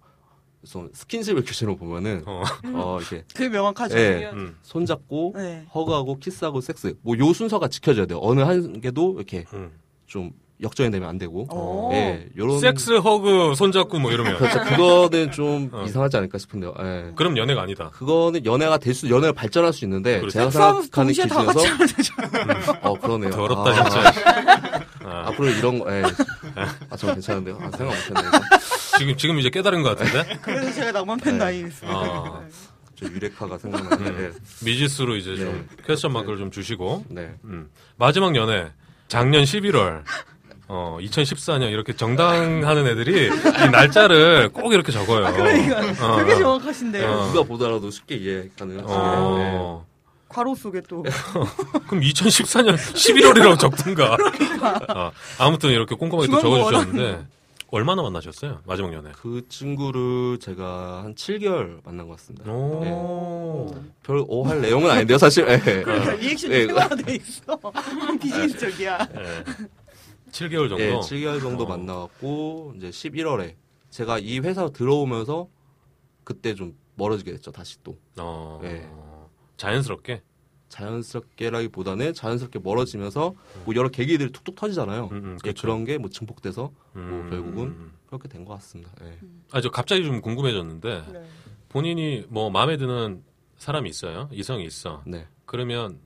D: 좀 스킨십을 규칙으로 보면은
A: 어.
D: 어, 이렇게
B: 그게 명확하죠.
D: 예.
C: 중요한-
A: 음.
D: 손잡고
B: 네.
D: 허그하고 키스하고 섹스 뭐 요 순서가 지켜져야 돼요. 어느 한 개도 이렇게
A: 음.
D: 좀 역전이 되면 안 되고
B: 오.
D: 예, 요런
A: 섹스 허그 손잡고 뭐 이러면
D: 그렇죠. 그거는 좀
A: 어.
D: 이상하지 않을까 싶은데요. 예.
A: 그럼 연애가 아니다.
D: 그거는 연애가 될 수, 연애가 발전할 수 있는데
A: 그렇죠.
D: 제가
B: 싸움
D: 생각하는
B: 동시에 다 같이
D: 기준에서
B: 하면 되죠.
D: 어 그러네요.
A: 더럽다
D: 아,
A: 진짜.
D: 아,
A: 아,
D: 앞으로 이런 거, 예. 아, 저 괜찮은데요. 아, 생각 못했네요.
A: 지금 지금 이제 깨달은 것 같은데
B: 그래서 제가 낭만팬
D: 네.
B: 나이였습니다.
A: 아.
D: 저 유레카가 생각나는데.
A: 음.
D: 예.
A: 미지수로 이제 좀 퀘스천 마크를 좀 주시고
D: 네.
A: 음. 마지막 연애 작년 11월 어 2014년 이렇게 정당하는 애들이 이 날짜를 꼭 이렇게 적어요.
B: 그러니까
A: 어,
D: 아.
B: 그게
A: 어.
B: 정확하신데요.
A: 어.
D: 누가 보더라도 쉽게 이해 가능하시네요. 예.
A: 어,
B: 괄호 속에 또
A: 그럼 2014년 11월이라고 적든가.
B: 그러니까.
A: 어, 아무튼 이렇게 꼼꼼하게 또 적어주셨는데 얼마나 만나셨어요? 마지막 연애.
D: 그 친구를 제가 한 7개월 만난 것 같습니다. 예.
A: 오.
D: 별 오할 내용은 아닌데요, 사실. 예.
B: 그러니까 리액션이
D: 예.
B: 생활화돼 있어. 비즈니스적이야.
A: 네. 7개월 정도.
D: 예, 7개월 정도
A: 어.
D: 만나갖고 이제 11월에 제가 이 회사 들어오면서 그때 좀 멀어지게 됐죠, 다시 또.
A: 어.
D: 예.
A: 자연스럽게.
D: 자연스럽게라기보다는 자연스럽게 멀어지면서 뭐 여러 계기들이 툭툭 터지잖아요.
A: 음, 음,
D: 예,
A: 그렇죠.
D: 그런 게 뭐 증폭돼서
A: 음.
D: 결국은? 그렇게 된 것 같습니다. 예.
A: 아, 저 갑자기 좀 궁금해졌는데
B: 네.
A: 본인이 뭐 마음에 드는 사람이 있어요? 이성이 있어.
D: 네.
A: 그러면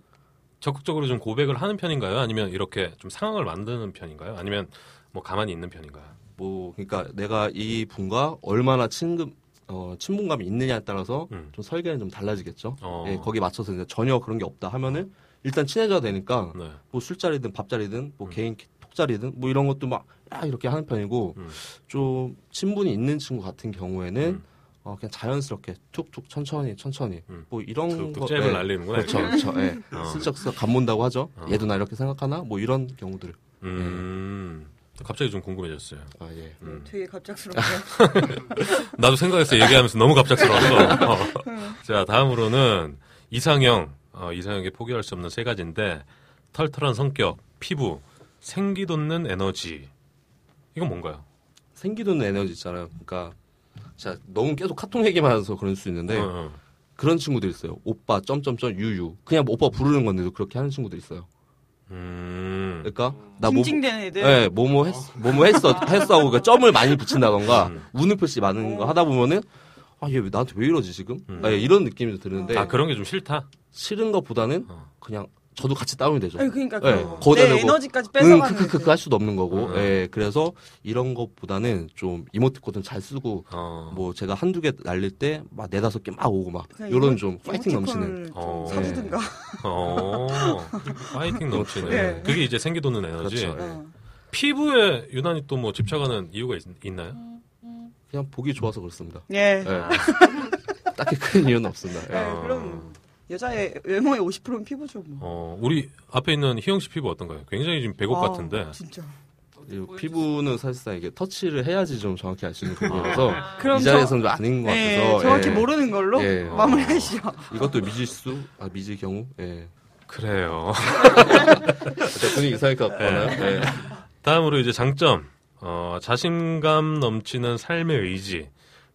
A: 적극적으로 좀 고백을 하는 편인가요? 아니면 이렇게 좀 상황을 만드는 편인가요? 아니면 뭐 가만히 있는 편인가요?
D: 뭐 그러니까 내가 이 분과 얼마나 친금 어, 친분감이 있느냐에 따라서
A: 음.
D: 좀 설계는 좀 달라지겠죠.
A: 어.
D: 예, 거기 맞춰서 이제 전혀 그런 게 없다 하면은 일단 친해져야 되니까
A: 네.
D: 뭐 술자리든 밥자리든
A: 음.
D: 뭐 개인 톡자리든 뭐 이런 것도 막 야, 이렇게 하는 편이고
A: 음.
D: 좀 친분이 있는 친구 같은 경우에는
A: 음.
D: 어, 그냥 자연스럽게 툭툭 천천히 천천히
A: 음.
D: 뭐 이런
A: 툭툭
D: 거
A: 잽을
D: 예.
A: 날리는구나.
D: 그렇죠 그렇죠 예.
A: 어.
D: 슬쩍슬쩍 간본다고 하죠
A: 어.
D: 얘도 나 이렇게 생각하나 뭐 이런 경우들
A: 음.
D: 예.
A: 갑자기 좀 궁금해졌어요.
D: 아 예.
A: 음.
B: 되게 갑작스럽네요.
D: 아,
A: 나도 생각해서 얘기하면서 너무 갑작스러웠어. 어. 자, 다음으로는 이상형. 어, 이상형이 포기할 수 없는 세 가지인데 털털한 성격, 피부, 생기돋는 에너지. 이건 뭔가요?
D: 생기도는 에너지 있잖아요. 그러니까 자 너무 계속 카톡 얘기만 해서 그럴 수 있는데
A: 어, 어.
D: 그런 친구들 있어요. 오빠 점점점 유유 그냥 뭐 오빠 부르는 건데도 그렇게 하는 친구들 있어요.
A: 음.
D: 그러니까 나 뭐,
B: 징징대는 애들.
D: 예, 뭐뭐 했, 뭐뭐 했어, 했어 하고 그러니까 점을 많이 붙인다던가
A: 음.
D: 우는 표시 많은 거 하다 보면은 아 얘 왜 나한테 왜 이러지 지금?
A: 음.
D: 아, 예, 이런 느낌이 드는데
A: 아, 그런 게 좀 싫다.
D: 싫은 것보다는
A: 어.
D: 그냥 저도 같이 다운이 되죠.
B: 아니 그러니까
D: 예,
B: 그거.
D: 거기다
B: 내
D: 대고
B: 에너지까지
D: 응,
B: 뺏어가는
D: 크크크크
B: 애들.
D: 할 수도 없는 거고,
A: 음.
D: 예, 그래서 이런 것보다는 좀 이모티콘 잘 쓰고
A: 어.
D: 뭐 제가 한두 개 날릴 때 막 네다섯 개 막 오고 막
B: 그냥
D: 요런
B: 그러니까 이모-
D: 좀 파이팅 넘치는
B: 이모티콘을 좀
A: 어.
B: 사주든가.
A: 어. 파이팅 넘치네.
B: 네.
A: 그게 이제 생기돋는 에너지.
D: 그렇죠. 예.
B: 어.
A: 피부에 유난히 또 뭐 집착하는 이유가 있, 나요
D: 그냥 보기 좋아서 그렇습니다.
B: 예.
D: 예. 딱히 큰 이유는 없습니다. 예.
B: 네, 그럼 여자의 외모의 50%는 피부죠 뭐.
A: 어, 우리 앞에 있는 희영 씨 피부 어떤가요? 굉장히 지금 배곡 같은데.
B: 진짜.
D: 이 피부는 사실상 이게 터치를 해야지 좀 정확히 알 수 있는 부분이라서
B: 아. 그럼
D: 이
B: 저-
D: 자리에서는 좀 아닌 것
B: 예,
D: 같아서
B: 정확히
D: 예.
B: 모르는 걸로
D: 예.
B: 마무리하시죠.
D: 이것도 미지수 아 미지 경우 예
A: 그래요.
D: 어째 분위기 이상하니까 나요
B: 네.
D: 예.
A: 다음으로 이제 장점. 어, 자신감 넘치는 삶의 의지.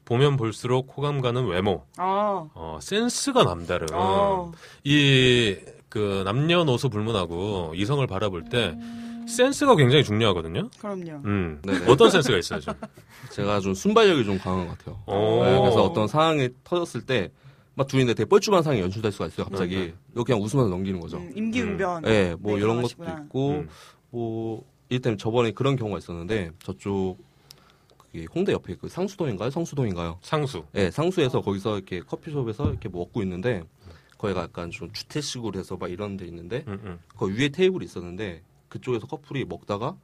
A: 보면 볼수록 호감 가는 외모.
B: 아.
A: 어, 센스가 남다른.
B: 어.
A: 이, 그, 남녀노소 불문하고 이성을 바라볼 때 센스가 굉장히 중요하거든요.
B: 그럼요.
A: 음.
D: 네네.
A: 어떤 센스가 있어요, 좀?
D: 제가 좀 순발력이 좀 강한 것 같아요
A: 오.
D: 예, 그래서 어떤 상황이 터졌을 때 막 둘인데 되게 뻘쭘한 상황이 연출될 수가 있어요 갑자기
A: 네, 네.
D: 이거 그냥 웃으면서 넘기는 거죠
B: 음, 임기응변.
D: 예, 뭐
B: 네,
D: 이런 것도
B: 그러시구나.
D: 있고
A: 음.
D: 뭐 이를테면 저번에 그런 경우가 있었는데 저쪽 그게 홍대 옆에 그 상수동인가요? 성수동인가요?
A: 상수.
D: 예, 상수에서 거기서 이렇게 커피숍에서 이렇게 뭐 먹고 있는데 거기가 약간 좀 주택식으로 해서 막 이런 데 있는데
A: 음, 음.
D: 그 위에 테이블이 있었는데 그쪽에서 커플이 먹다가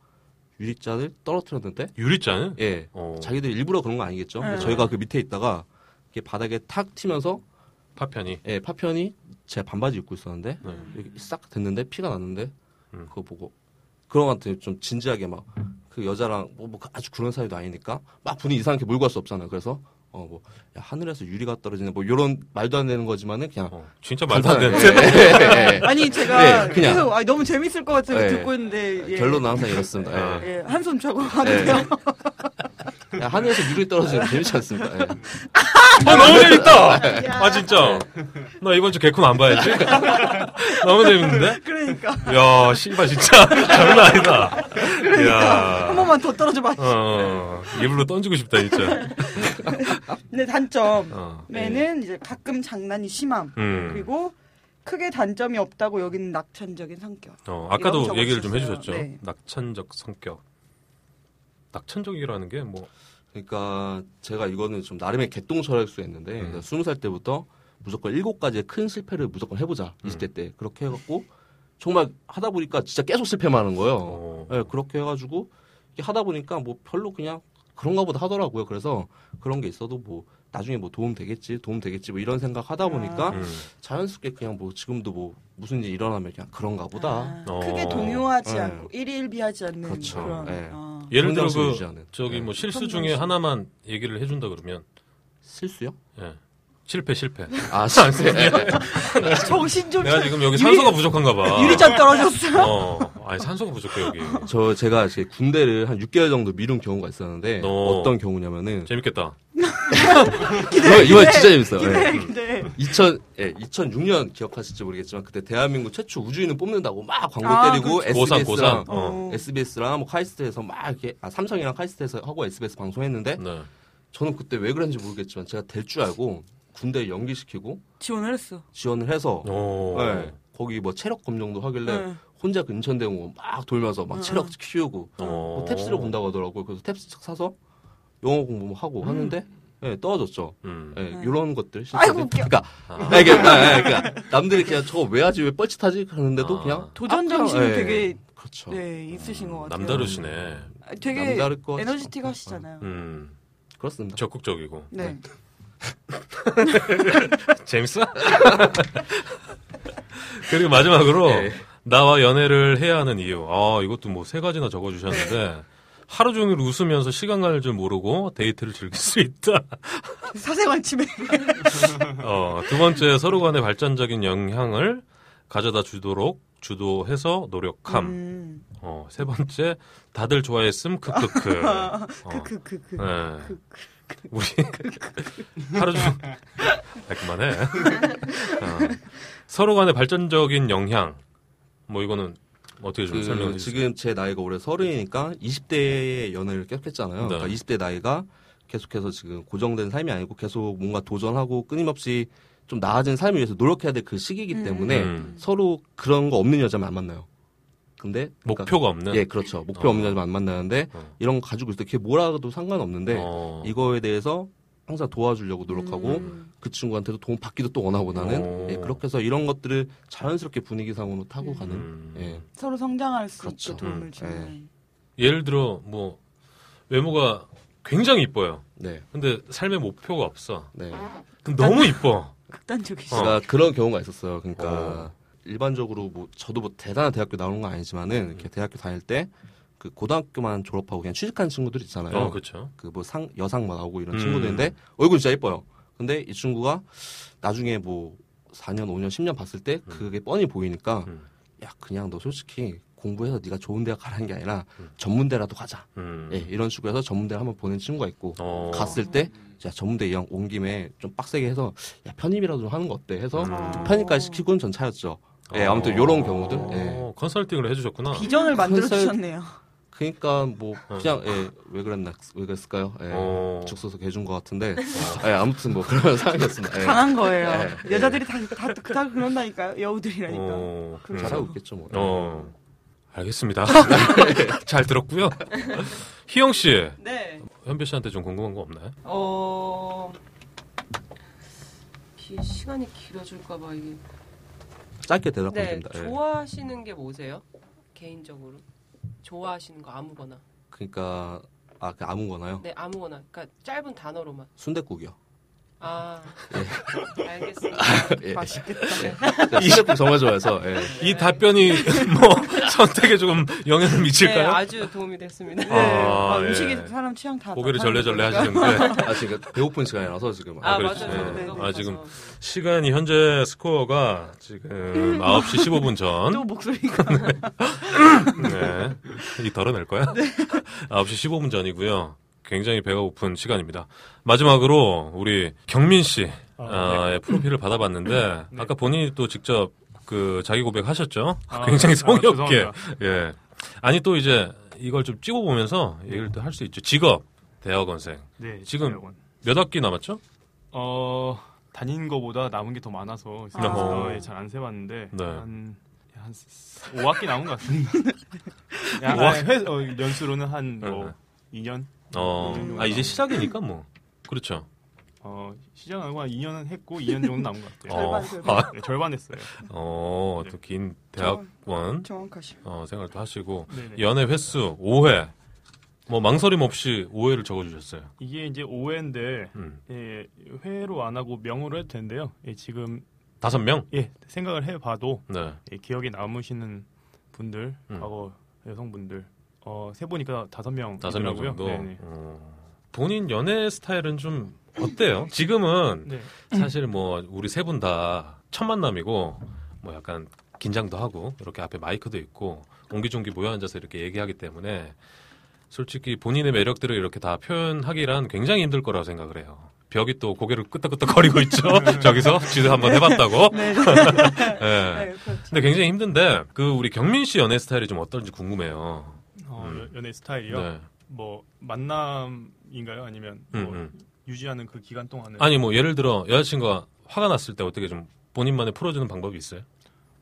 D: 유리잔을 떨어뜨렸는데
A: 유리잔?
D: 예,
A: 어,
D: 자기들 일부러 그런 거 아니겠죠? 근데
B: 네.
D: 저희가 그 밑에 있다가 이렇게 바닥에 탁 튀면서
A: 파편이.
D: 예, 파편이 제 반바지 입고 있었는데
A: 네.
B: 음.
D: 이렇게 싹 됐는데 피가 났는데
A: 음.
D: 그거 보고 그런 것한테 좀 진지하게 막 그 여자랑 뭐, 뭐 아주 그런 사이도 아니니까 막 분위기 이상하게 몰고 갈 수 없잖아요. 그래서 어 뭐 하늘에서 유리가 떨어지는 뭐 이런 말도 안 되는 거지만은 그냥 예,
A: 어, 진짜 말도 안 되는데.
D: 되는데
B: 아니 제가
D: 네, 그냥.
B: 계속 아, 너무 재밌을 것 같아서
D: 예.
B: 듣고 있는데 예.
D: 결론은 항상
A: 아.
D: 이렇습니다. 예.
B: 예, 한숨 자고 하는데요.
D: 그냥 하늘에서 유리 떨어지는 거 재밌지 않습니다. 예.
A: 아, 너무 재밌다! 아, 진짜. 나 이번 주 개콘 안 봐야지. 너무 재밌는데?
B: 그러니까
A: 야, 씨발, 진짜. 장난 아니다.
B: 한
A: 야.
B: 번만 더 떨어져 봐.
A: 어, 이불로 던지고 싶다, 진짜.
B: 근데 네, 단점에는
A: 어.
B: 이제 가끔 장난이 심함.
A: 음.
B: 그리고 크게 단점이 없다고 여기는 낙천적인 성격.
A: 어,
B: 이런
A: 아까도
B: 적은
A: 얘기를 좀
B: 있었어요.
A: 해주셨죠.
B: 네.
A: 낙천적 성격. 낙천적이라는 게 뭐,
D: 그러니까 제가 이거는 좀 나름의 개똥 철학일 수 있는데
A: 음.
D: 그러니까 스무 살 때부터 무조건 일곱 가지의 큰 실패를 무조건 해보자 이십 대
A: 음.
D: 때 그렇게 해갖고 정말 하다 보니까 진짜 계속 실패만 하는 거예요.
A: 어.
D: 예, 그렇게 해가지고 이게 하다 보니까 뭐 별로 그냥 그런가 보다 하더라고요. 그래서 그런 게 있어도 뭐 나중에 뭐 도움 되겠지, 도움 되겠지 뭐 이런 생각 하다
B: 아?
D: 보니까
A: 음.
D: 자연스럽게 그냥 뭐 지금도 뭐 무슨 일이 일어나면 그냥 그런가 보다.
B: 아,
A: 어.
B: 크게 동요하지
D: 네.
B: 않고 일일비하지 않는 그
D: 그렇죠.
B: 런
D: 네.
B: 어.
A: 예를 들어
D: 평정심을
A: 그,
D: 유지하는.
A: 저기
B: 네.
D: 예.
A: 뭐 실수
B: 평정심.
A: 중에 하나만 얘기를 해준다 그러면,
D: 실수요?
A: 예. 실패, 실패.
D: 아 실수.
B: 정신 좀
A: 내가 지금 여기 산소가 부족한가 봐.
D: 어.
B: 유리잔 떨어졌어.
A: 어, 아니 산소가 부족해 여기.
D: 저 제가 이제 군대를 한 6개월 정도 미룬 경우가 있었는데
A: 어.
D: 어떤 경우냐면은
A: 재밌겠다.
D: 이거, 이거
B: 기대,
D: 진짜 재밌어요. 예.
B: 기대 기대.
D: 2000, 예, 2006년 기억하실지 모르겠지만 그때 대한민국 최초 우주인을 뽑는다고 막 광고
B: 아,
D: 때리고
A: 고산,
D: SBS랑
A: 고산.
B: 어.
D: SBS랑 뭐 카이스트에서 막 이렇게 아, 삼성이랑 카이스트에서 하고 SBS 방송했는데
A: 네.
B: 어.
D: 저는 그때 왜 그랬는지 모르겠지만 제가 될 줄 알고 군대 연기시키고
B: 지원을 했어.
D: 지원을 해서
B: 어.
A: 오.
D: 예, 거기 뭐 체력 검정도 하길래
B: 네.
D: 혼자 그 인천대공원 막 돌면서 막
B: 응,
D: 체력 키우고
A: 어.
D: 뭐 탭스를 본다고 하더라고요. 그래서 탭스 책 사서 영어 공부하고 하는데 예, 떨어졌죠.
A: 음.
D: 예,
B: 음. 네.
D: 이런 것들.
B: 아이고, 웃겨.
D: 그러니까
A: 아.
D: 아, 이게, 아, 아, 그러니까 남들이 그냥 저거 왜 하지 왜 뻘짓하지 하는데도
A: 아.
D: 그냥
B: 도전
D: 앞으로,
B: 정신이
D: 예,
B: 되게
D: 그렇죠.
B: 네 있으신 것 같아요.
A: 남다르시네.
B: 아, 되게
D: 남다를 것
B: 에너지틱하시잖아요.
A: 음.
D: 그렇습니다.
A: 적극적이고.
B: 네.
A: 재밌어? 그리고 마지막으로
D: 예.
A: 나와 연애를 해야 하는 이유. 아, 이것도 뭐 세 가지나 적어 주셨는데 하루 종일 웃으면서 시간 가는 줄 모르고 데이트를 즐길 수 있다.
B: 사생활 침해.
A: 어, 두 번째 서로 간의 발전적인 영향을 가져다 주도록 주도해서 노력함.
B: 음.
A: 어, 세 번째 다들 좋아했음 크크크. 어,
B: 그그그 그.
A: 네.
B: 그,
A: 우리 하루 종 아, 그만해. 어. 서로 간의 발전적인 영향. 뭐 이거는 어떻게 좀 설명해 주세요.
D: 그, 지금 제 나이가 올해 서른이니까 20대의 연애를 계속했잖아요.
A: 네.
D: 그러니까 20대 나이가 계속해서 지금 고정된 삶이 아니고 계속 뭔가 도전하고 끊임없이 좀 나아진 삶을 위해서 노력해야 될 그 시기이기
B: 음.
D: 때문에
A: 음.
D: 서로 그런 거 없는 여자만 안 만나요. 근데 그러니까-
A: 목표가 없는.
D: 예, 그렇죠. 목표 없는
A: 어.
D: 여자만 안 만나는데
A: 어.
D: 이런 거 가지고 있을 때 그게 뭐라도 상관없는데
A: 어.
D: 이거에 대해서 항상 도와주려고 노력하고
B: 음.
D: 그 친구한테도 도움 받기도 또 원하고
A: 오.
D: 나는 예, 그렇게 해서 이런 것들을 자연스럽게 분위기상으로 타고 가는
A: 음.
D: 예.
B: 서로 성장할 수
D: 그렇죠.
B: 있게 도움을
A: 음,
B: 주는.
A: 예를 들어 뭐 외모가 굉장히 이뻐요.
D: 네.
A: 근데 삶의 목표가 없어.
D: 네.
A: 그럼 너무 이뻐.
B: 극단적이시.
A: 어.
D: 제가 그런 경우가 있었어요. 그러니까 일반적으로 뭐 저도 뭐 대단한 대학교 나오는 건 아니지만은
A: 음.
D: 이렇게 대학교 다닐 때 그 고등학교만 졸업하고 그냥 취직한 친구들 있잖아요.
A: 어, 그렇죠.
D: 그 뭐 상 여상 막 나오고 이런
A: 음.
D: 친구들인데 얼굴 진짜 예뻐요. 근데 이 친구가 나중에 뭐 4년, 5년, 10년 봤을 때 그게 뻔히 보이니까
A: 음.
D: 야 그냥 너 솔직히 공부해서 네가 좋은 대학 가라는 게 아니라 전문대라도 가자.
A: 음.
D: 예, 이런 식으로 해서 전문대 를 한번 보낸 친구가 있고
A: 어.
D: 갔을 때 자, 전문대 이왕 온 김에 좀 빡세게 해서 야 편입이라도 좀 하는 거 어때 해서
A: 음.
D: 편입까지 시키고는 전 차였죠. 예, 아무튼 요런 경우들. 예.
A: 어, 컨설팅을 해주셨구나.
B: 비전을 만들어
D: 컨설-
B: 주셨네요.
D: 그러니까 뭐 그냥 예, 왜 그랬나 왜 그랬을까요? 예.
A: 어.
D: 죽소서 해준 것 같은데 예, 아무튼 뭐 그런 상황이었습니다. 예.
B: 강한 거예요.
D: 예.
B: 여자들이 다, 다, 다 그런다니까요. 여우들이라니까.
A: 어,
B: 그렇죠.
D: 잘하고 있겠죠 뭐.
A: 어,
D: 어.
A: 알겠습니다. 잘 들었고요. 희영 씨,
C: 네.
A: 현배 씨한테 좀 궁금한 거 없나요?
C: 어. 기- 시간이 길어질까봐 이게.
D: 짧게 대답하면
C: 네,
D: 됩니다. 예.
C: 좋아하시는 게 뭐세요? 개인적으로 좋아하시는 거 아무거나.
D: 그러니까 아, 그 아무거나요.
C: 네, 아무거나. 그러니까 짧은 단어로만.
D: 순댓국이요
C: 아,
A: 아,
C: 알겠습니다. 네,
D: 예.
B: 맛있겠다.
D: 순대국 정말 좋아해서 예.
A: 이 답변이 뭐 선택에 조금 영향을
C: 네,
A: 미칠까요?
C: 아주 도움이 됐습니다.
B: 네.
A: 아,
B: 아,
A: 예.
B: 음식이 사람 취향 다.
A: 고개를
B: 나타내는
A: 절레절레
B: 거니까.
A: 하시는데
D: 아 지금 배고픈 시간이라서 지금
C: 아,
A: 그렇지.
C: 맞아요. 저도
B: 네.
C: 배가
A: 아, 지금
C: 고파서.
A: 시간이 현재 스코어가 지금 9시 15분
B: 또
A: 전.
B: 목소리가.
A: 네. 이 덜어낼 거야?
B: 네.
A: 9시 15분 전이고요. 굉장히 배가 고픈 시간입니다. 마지막으로 우리 경민 씨의
E: 아,
A: 예, 프로필을 받아봤는데
E: 네.
A: 아까 본인이 또 직접 그 자기 고백하셨죠?
E: 아,
A: 굉장히 성의
E: 아,
A: 없게.
E: 죄송합니다.
A: 예. 아니 또 이제 이걸 좀 찍어보면서 얘기를 또 할 수 있죠. 직업, 대학원생.
E: 네,
A: 지금-
E: 여러분.
A: 몇 학기 남았죠?
E: 어 다닌 거보다 남은 게 더 많아서 예,
A: 어허.
E: 잘안 세봤는데
A: 네.
E: 한, 한 5학기 남은 것 같습니다. 야,
A: 오 학기?
E: 아니, 회- 어, 연수로는 한
A: 네.
E: 뭐 2년
A: 어,
E: 음.
A: 아 이제 시작이니까 뭐 그렇죠.
E: 어, 시작하고 한 2년은 했고 2년 정도 남은 것 같아요.
A: 어,
B: 절반, 절반.
A: 아,
E: 네, 절반 했어요.
A: 어, 또 긴 대학원
B: 정확하시.
A: 어, 생활도 하시고
E: 네네.
A: 연애 횟수 5회. 뭐 망설임 없이 5회를 적어주셨어요.
E: 이게 이제 5회인데
A: 음.
E: 예, 회로 안 하고 명으로 해도 된대요. 예, 지금
A: 다섯 명.
E: 예, 생각을 해봐도
A: 네.
E: 예, 기억에 남으시는 분들,
A: 음.
E: 과거 여성분들 어, 세 보니까 다섯 명
A: 다섯 명
E: 있더라고요.
A: 정도.
E: 네네.
A: 어, 본인 연애 스타일은 좀 어때요? 지금은
E: 네.
A: 사실 뭐 우리 세 분 다 첫 만남이고 뭐 약간 긴장도 하고 이렇게 앞에 마이크도 있고 옹기종기 모여 앉아서 이렇게 얘기하기 때문에 솔직히 본인의 매력들을 이렇게 다 표현하기란 굉장히 힘들 거라고 생각을 해요. 벽이 또 고개를 끄덕끄덕 거리고 있죠.
E: 네.
A: 저기서 지도 한번 해봤다고.
B: 네.
A: 예.
B: 네, 그렇죠.
A: 근데 굉장히 힘든데 그 우리 경민 씨 연애 스타일이 좀 어떨지 궁금해요.
E: 어,
A: 음.
E: 연- 연애 스타일이요.
A: 네.
E: 뭐 만남인가요? 아니면
A: 음,
E: 뭐
A: 음.
E: 유지하는 그 기간 동안은
A: 아니 뭐 예를 들어 여자친구가 화가 났을 때 어떻게 좀 본인만의 풀어주는 방법이 있어요?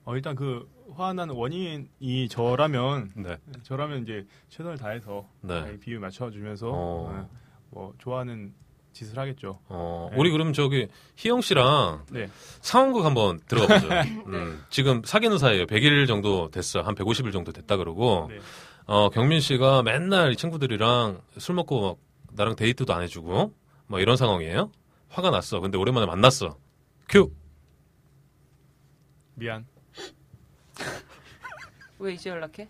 E: 어, 일단 그 화난 원인이 저라면
A: 네.
E: 저라면 이제 최선을 다해서
A: 네.
E: 아이 비율 맞춰주면서
A: 어.
E: 네, 뭐 좋아하는 짓을 하겠죠.
A: 어,
E: 네.
A: 우리 그럼 저기 희영 씨랑
E: 네.
A: 상황극 한번 들어가 보죠. 음, 지금 사귀는 사이에요. 100일 정도 됐어. 한 150일 정도 됐다 그러고
E: 네.
A: 어, 경민 씨가 맨날 이 친구들이랑 술 먹고 막 나랑 데이트도 안 해주고 막 이런 상황이에요. 화가 났어. 근데 오랜만에 만났어. 큐.
E: 미안.
C: 왜 이제 연락해?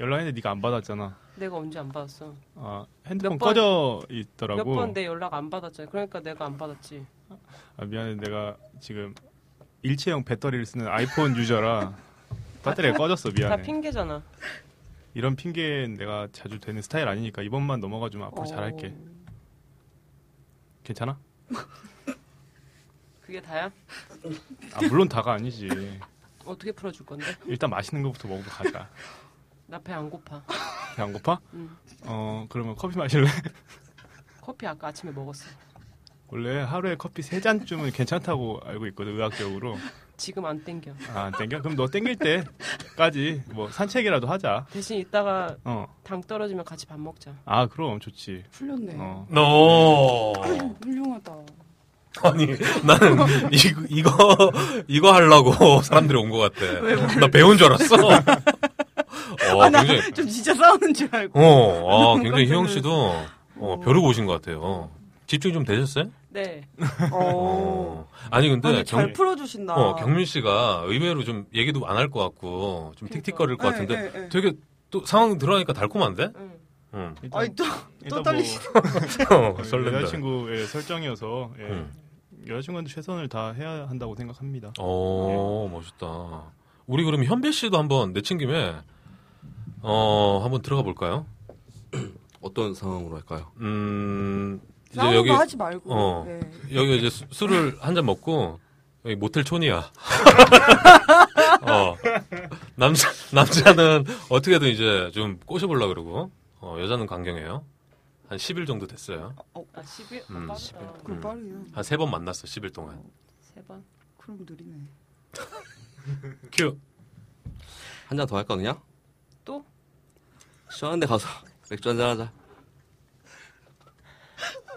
E: 연락했는데 네가 안 받았잖아.
C: 내가 언제 안 받았어?
E: 아,
C: 몇 번?
E: 핸드폰 꺼져
C: 몇
E: 있더라고.
C: 번 내 연락 안 받았잖아. 그러니까 내가 안 받았지.
E: 아, 미안해. 내가 지금 일체형 배터리를 쓰는 아이폰 유저라 배터리가 꺼졌어.
C: 다
E: 미안해.
C: 핑계잖아.
E: 이런 핑계는 내가 자주 되는 스타일 아니니까 이번만 넘어가 주면 앞으로
C: 어,
E: 잘할게. 괜찮아?
C: 그게 다야?
E: 아, 물론 다가 아니지.
C: 어떻게 풀어줄 건데?
E: 일단 맛있는 거부터 먹으러 가자.
C: 나 배 안 고파.
E: 배 안 고파?
C: 음.
E: 어, 그러면 커피 마실래?
C: 커피 아까 아침에 먹었어.
E: 원래 하루에 커피 세잔쯤은 괜찮다고 알고 있거든, 의학적으로.
C: 지금 안 땡겨.
E: 아, 안 땡겨? 그럼 너 땡길 때까지 뭐 산책이라도 하자.
C: 대신 이따가
E: 어.
C: 당 떨어지면 같이 밥 먹자.
E: 아, 그럼 좋지.
G: 풀렸네.
E: 어.
A: 너
E: 네.
G: 훌륭하다.
A: 어, 아니 나는 이, 이거 이거 하려고 사람들이 온 것 같아. 나 배운 줄 알았어. 어,
B: 아, 나
A: 굉장히
B: 좀 진짜 싸우는 줄 알고.
A: 어, 아,
B: 너무
A: 굉장히
B: 깜짝
A: 희영 씨도 어, 벼르고 오신 것 같아요. 집중이 좀 되셨어요?
C: 네.
B: 어.
A: 어. 아니 근데
B: 아니, 잘
A: 경,
B: 풀어주신다.
A: 어, 경민 씨가 의외로 좀 얘기도 안 할 것 같고 좀 틱틱거릴 것
B: 네,
A: 같은데
B: 네, 네.
A: 되게 또 상황 들어가니까 달콤한데?
C: 응.
A: 응.
E: 일단,
B: 아니, 또,
E: 일단
B: 떨리시네.
A: 어,
E: 뭐
A: 설렌다.
E: 여자친구의 설정이어서 예.
A: 음.
E: 여자친구한테 최선을 다 해야 한다고 생각합니다.
A: 어, 멋있다. 우리 그럼 현배 씨도 한번 내친 김에 어, 한번 들어가 볼까요?
D: 어떤 상황으로 할까요?
A: 음, 이제
G: 싸우는
A: 여기
G: 거 하지 말고.
A: 어.
G: 네.
A: 여기 이제 수- 술을 한 잔 먹고 여기 모텔 촌이야. 어. 남자 남자는 어떻게든 이제 좀 꼬셔보려 고 그러고 어, 여자는 강경해요. 한 10일 정도 됐어요.
C: 아, 10일?
A: 음,
C: 아, 빠르다.
A: 십일.
B: 그럼 빠르네요.
A: 한 세 번 만났어. 10일 동안.
C: 세 번.
B: 그럼 느리네.
A: 큐.
D: 한 잔 더 할까 그냥?
C: 또?
D: 시원한 데 가서 맥주 한잔 하자.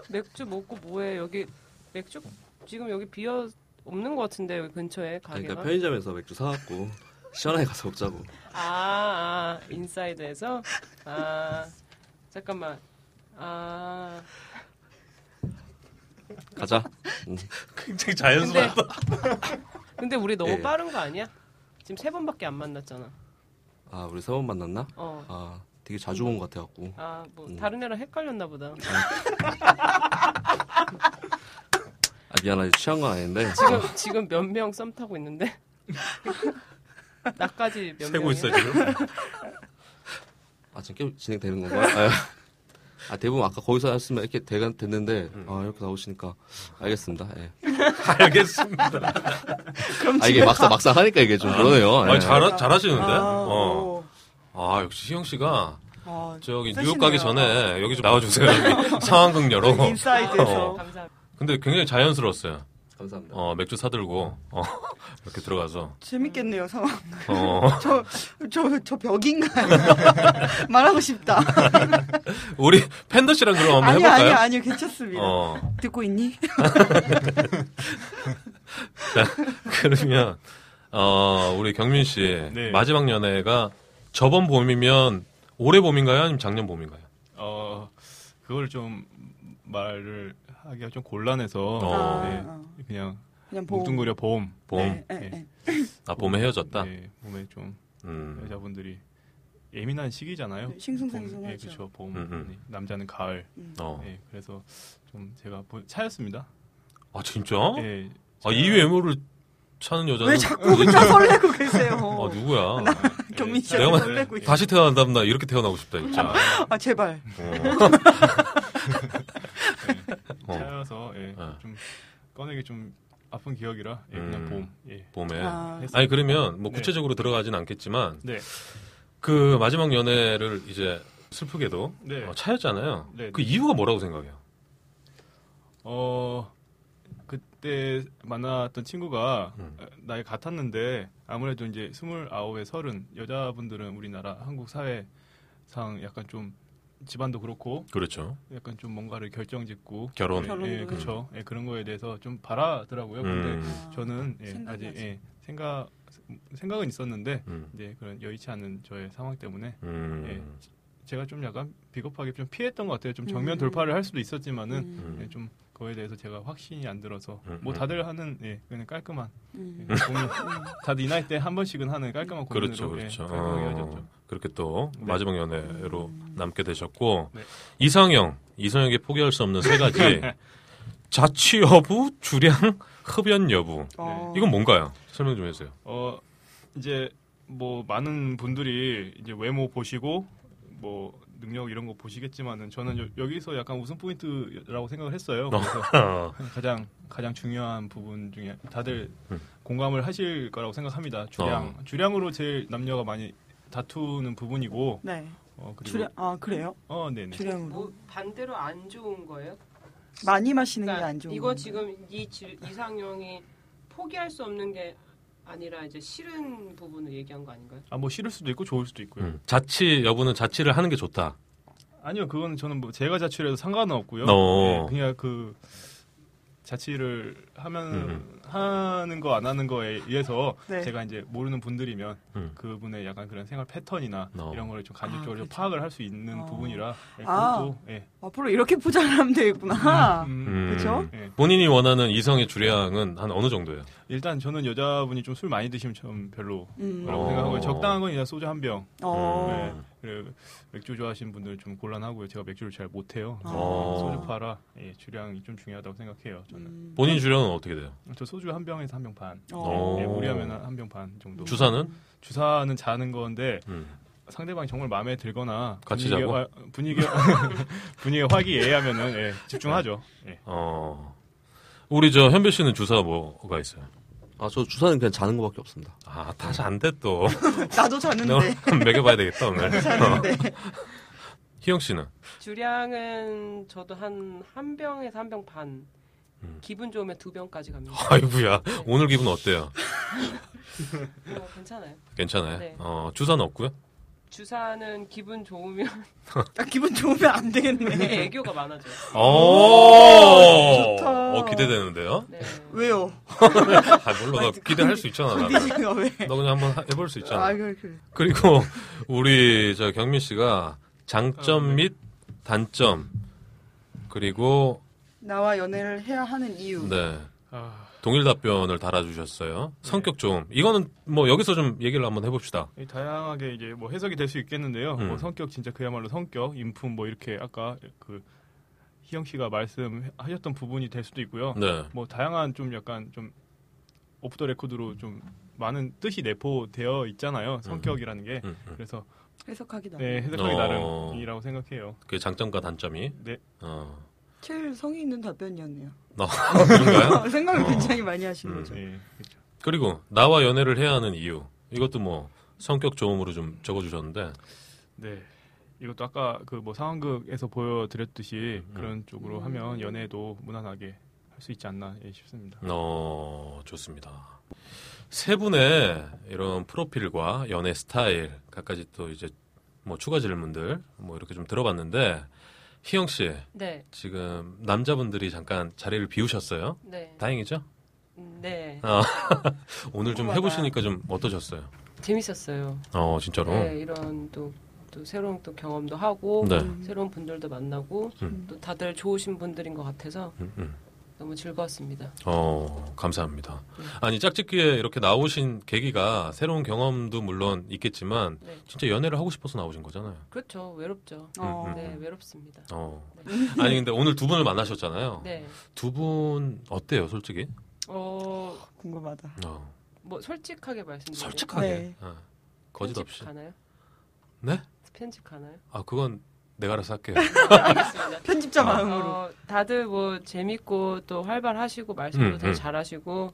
C: 맥주 먹고 뭐해? 여기 맥주 지금 여기 비어 없는 것 같은데 여기 근처에
D: 아니,
C: 가게가.
D: 그러니까 편의점에서 맥주 사갖고 시원하게 가서 먹자고.
C: 아, 아 인사이드에서. 아 잠깐만. 아
D: 가자. 응.
A: 굉장히 자연스럽다.
C: 근데 우리 너무
D: 예.
C: 빠른 거 아니야? 지금 세 번밖에 안 만났잖아.
D: 아 우리 세 번 만났나?
C: 어.
D: 아 되게 자주 본 것 같아갖고.
C: 아 뭐
D: 음.
C: 다른 애랑 헷갈렸나 보다.
D: 아 미안하지 취한 건 아닌데.
C: 지금 지금 몇 명 썸 타고 있는데? 나까지 몇
A: 세고
C: 명이야?
A: 있어 지금.
D: 아 지금 계속 진행되는 건가요? 아 대부분 아까 거기서 했으면 이렇게 대가 됐는데 아 이렇게 나오시니까 알겠습니다. 예.
A: 알겠습니다.
D: 아 이게 막상 막상 하니까 이게 좀 그러네요.
A: 아니,
D: 예.
A: 잘 잘하시는데.
B: 아,
A: 어.
B: 오.
A: 아, 역시 희영 씨가
B: 아,
A: 저기
B: 세시네요. 그
A: 뉴욕 가기 전에 여기 좀 나와 주세요. 상황극 열어.
B: 인사이드에서.
A: 어.
C: 감사합니다.
A: 근데 굉장히 자연스러웠어요.
D: 감사합니다.
A: 어, 맥주 사들고 어, 이렇게 들어가서
B: 재밌겠네요, 상황.
A: 어.
B: 저, 저, 저 벽인가요? 말하고 싶다.
A: 우리 팬더 씨랑 그럼 한번
B: 아니요,
A: 해볼까요?
B: 아니요, 아니요, 괜찮습니다.
A: 어,
B: 듣고 있니?
A: 그러면 어, 우리 경민 씨
E: 네.
A: 마지막 연애가 저번 봄이면 올해 봄인가요? 아니면 작년 봄인가요?
E: 어, 그걸 좀 말을 하기가 좀 곤란해서
A: 어.
E: 네,
B: 아,
E: 그냥
B: 그냥 보고.
E: 뭉뚱그려 보험.
A: 봄.
B: 예, 예.
A: 아, 봄에 헤어졌다.
E: 네, 몸에 좀
A: 음.
E: 여자분들이 예민한 시기잖아요.
B: 네, 싱숭생숭하죠.
E: 봄, 예, 그렇죠. 봄.
A: 음, 음.
E: 네, 남자는 가을.
A: 어.
E: 예, 그래서 좀 제가 보- 차였습니다.
A: 아 진짜?
E: 예.
A: 아, 이 외모를 차는 여자는
B: 왜 자꾸 혼자 설레고 계세요?
A: 아 누구야?
B: 경민
E: 예,
B: 씨한테
A: 내가
B: 설레고 있어.
A: 다시 태어난다면 나 이렇게 태어나고 싶다 진짜.
B: 아 제발.
A: 어.
E: 찾아서 예,
A: 어.
E: 좀 꺼내기 좀 아픈 기억이라 예, 그냥
A: 음.
E: 봄. 예.
A: 봄에.
B: 아,
A: 아니 그러면 뭐
E: 네.
A: 구체적으로 들어가진 않겠지만
E: 네.
A: 그 마지막 연애를 이제 슬프게도
E: 네.
A: 어, 차였잖아요.
E: 네.
A: 그 이유가 뭐라고 생각해요?
E: 어 그때 만났던 친구가
A: 음.
E: 나이 같았는데 아무래도 이제 스물아홉에 서른 여자분들은 우리나라 한국 사회상 약간 좀 집안도 그렇고
A: 그렇죠.
E: 약간 좀 뭔가를 결정짓고
A: 결혼.
B: 결혼.
E: 예,
B: 결혼도.
E: 그렇죠. 예, 그런 거에 대해서 좀 바라더라고요. 근데
B: 아.
A: 음.
E: 저는 예,
B: 생각이
E: 아직
B: 아직.
E: 예, 생각 생각은 있었는데
A: 음.
E: 이제 그런 여의치 않은 저의 상황 때문에
A: 음.
E: 네. 제가 좀 약간 비겁하게 좀 피했던 것 같아요. 좀
B: 음.
E: 정면 돌파를 할 수도 있었지만은
B: 음,
A: 음.
E: 예, 좀 그거에 대해서 제가 확신이 안 들어서
A: 음,
E: 뭐
A: 음.
E: 다들 하는 예, 그냥 깔끔한 예,
B: 음.
E: 고민 다들 이 나이 때 한 번씩은 하는 깔끔한 고민으로
A: 그렇죠, 그렇죠.
E: 예, 깔끔하게
A: 어,
E: 헤어졌죠.
A: 그렇게 또
E: 네.
A: 마지막 연애로
B: 음.
A: 남게 되셨고
E: 네.
A: 이상형, 이상형이 포기할 수 없는 세 가지 자취 여부, 주량, 흡연 여부.
B: 어.
A: 예. 이건 뭔가요? 설명 좀 해주세요.
E: 어 이제 뭐 많은 분들이 이제 외모 보시고 뭐 능력 이런 거 보시겠지만은 저는 여, 여기서 약간 웃음 포인트라고 생각을 했어요. 그래서 가장 가장 중요한 부분 중에 다들
A: 음.
E: 공감을 하실 거라고 생각합니다. 주량 주량으로 제일 남녀가 많이 다투는 부분이고
B: 네.
E: 어 그리고
B: 주량 아 그래요?
E: 어 네네
B: 주량으로
C: 뭐 반대로 안 좋은 거예요?
B: 많이 마시는 게
C: 그러니까
B: 안 좋은.
C: 이거
B: 건가요?
C: 지금 이 질- 이상형이 포기할 수 없는 게 아니라 이제 싫은 부분을 얘기한 거 아닌가요?
E: 아 뭐 싫을 수도 있고 좋을 수도 있고요.
A: 음. 자취 여부는 자취를 하는 게 좋다.
E: 아니요 그거는 저는 뭐 제가 자취를 해서 상관은 없고요.
A: 어.
E: 예, 그냥 그 자취를 하면
A: 음.
E: 하는 거 안 하는 거에 의해서
B: 네.
E: 제가 이제 모르는 분들이면
A: 음.
E: 그분의 약간 그런 생활 패턴이나
A: 어.
E: 이런 거를 좀 간접적으로
B: 아,
E: 좀
B: 그죠.
E: 파악을 할 수 있는
B: 어.
E: 부분이라 예,
B: 아.
E: 그것도 예.
B: 앞으로 이렇게 포장을 하면 되겠구나.
E: 음,
A: 음.
B: 그죠?
E: 예.
A: 본인이 원하는 이성의 주량은 한 어느 정도예요?
E: 일단 저는 여자분이 좀 술 많이 드시면 좀 별로
B: 음.
E: 그라고
A: 어.
E: 생각하고요. 적당한 건 그냥 소주 한 병.
B: 어.
A: 음,
E: 네. 그리고 맥주 좋아하시는 분들은 좀 곤란하고요. 제가 맥주를 잘 못해요.
B: 아.
A: 어.
E: 소주 파라 예, 주량이 좀 중요하다고 생각해요. 저는
B: 음.
A: 본인 주량은 어떻게 돼요?
E: 저 소주 한 병에서 한 병 반.
A: 어.
E: 예, 무리하면 한 병 반 정도.
A: 주사는?
E: 주사는 자는 건데
A: 음.
E: 상대방이 정말 마음에 들거나
A: 같이
E: 분위기
A: 자고?
E: 분위기 분위기 화기애애하면은 예, 집중하죠. 예.
A: 어. 우리 저 현배 씨는 주사 뭐가 있어요?
D: 아, 저 주사는 그냥 자는 것밖에 없습니다.
A: 아, 다시 안 돼 또.
B: 나도
A: 내가
B: 자는데.
A: 한번 매겨봐야 되겠다 오늘. 어.
B: 자는데.
A: 희영 씨는?
C: 주량은 저도 한 한 병에서 한 병 반.
A: 음.
C: 기분 좋으면 두 병까지 갑니다.
A: 아이고야 오늘 기분 어때요?
C: 어, 괜찮아요.
A: 괜찮아요.
C: 네.
A: 어 주사는 없고요.
C: 주사는 기분 좋으면
B: 아, 기분 좋으면 안 되겠네.
C: 애교가 많아져. 요
A: 오,
B: 좋다.
A: 어 기대되는데요.
C: 네.
B: 왜요?
A: 아 물론 나 기대할 수 있잖아. 나.
B: 컨디션가 왜?
A: 너 그냥 한번 하- 해볼 수
B: 아,
A: 있잖아.
B: 그, 그.
A: 그리고 우리 저 경민 씨가 장점
E: 아, 네.
A: 및 단점 그리고
B: 나와 연애를 해야 하는 이유.
A: 네
E: 아,
A: 동일 답변을 달아주셨어요.
E: 네.
A: 성격 좀 이거는 뭐 여기서 좀 얘기를 한번 해봅시다.
E: 이 다양하게 이제 뭐 해석이 될 수 있겠는데요.
A: 음.
E: 뭐 성격 진짜 그야말로 성격, 인품 뭐 이렇게 아까 그 희영 씨가 말씀하셨던 부분이 될 수도 있고요.
A: 네.
E: 뭐 다양한 좀 약간 좀 오프 더 레코드로 좀 많은 뜻이 내포되어 있잖아요. 성격이라는 게.
A: 음, 음.
E: 그래서
B: 해석하기다.
E: 네, 해석하기
A: 어.
E: 나름이라고 생각해요.
A: 그 장점과 단점이
E: 네.
A: 어
B: 제일 성의 있는 답변이었네요.
A: 나 그런가요?
B: 생각을
A: 어.
B: 굉장히 많이 하시는
A: 음.
B: 거죠.
E: 네.
A: 그리고 나와 연애를 해야 하는 이유 이것도 뭐 성격 좋음으로 좀 적어주셨는데
E: 네. 이것도 아까 그 뭐 상황극에서 보여드렸듯이
A: 음.
E: 그런 쪽으로
B: 음.
E: 하면 연애도 무난하게 할 수 있지 않나 예, 싶습니다.
A: 어 좋습니다 세 분의 이런 프로필과 연애 스타일 각가지 또 이제 뭐 추가 질문들 뭐 이렇게 좀 들어봤는데 희영 씨
C: 네,
A: 지금 남자분들이 잠깐 자리를 비우셨어요
C: 네,
A: 다행이죠
C: 네.
A: 오늘 좀
B: 궁금하다.
A: 해보시니까 좀 어떠셨어요
C: 재밌었어요.
A: 어 진짜로
C: 네, 이런 또, 또 새로운 또 경험도 하고
A: 네.
B: 음.
C: 새로운 분들도 만나고
A: 음.
C: 또 다들 좋으신 분들인 것 같아서
A: 음, 음.
C: 너무 즐거웠습니다.
A: 어, 감사합니다. 아니, 짝짓기에 이렇게 나오신 계기가 새로운 경험도 물론 있겠지만,
C: 네.
A: 진짜 연애를 하고 싶어서 나오신 거잖아요.
C: 그렇죠, 외롭죠.
B: 어.
A: 음,
C: 네, 외롭습니다.
A: 어. 아니, 근데 오늘 두 분을 만나셨잖아요.
C: 네,
A: 두 분 어때요, 솔직히?
C: 어,
B: 궁금하다.
A: 어,
C: 뭐 솔직하게
A: 음,
C: 말씀드리면
A: 솔직하게
B: 네.
A: 어, 거짓 없이.
C: 가나요?
A: 네?
C: 편집 가나요?
A: 아 그건 내가 알아서 할게요.
C: 알겠습니다.
A: 아.
B: 편집자
E: 아.
B: 마음으로.
C: 어, 다들 뭐 재밌고 또 활발하시고 말씀도
A: 음,
C: 되게
A: 음.
C: 잘하시고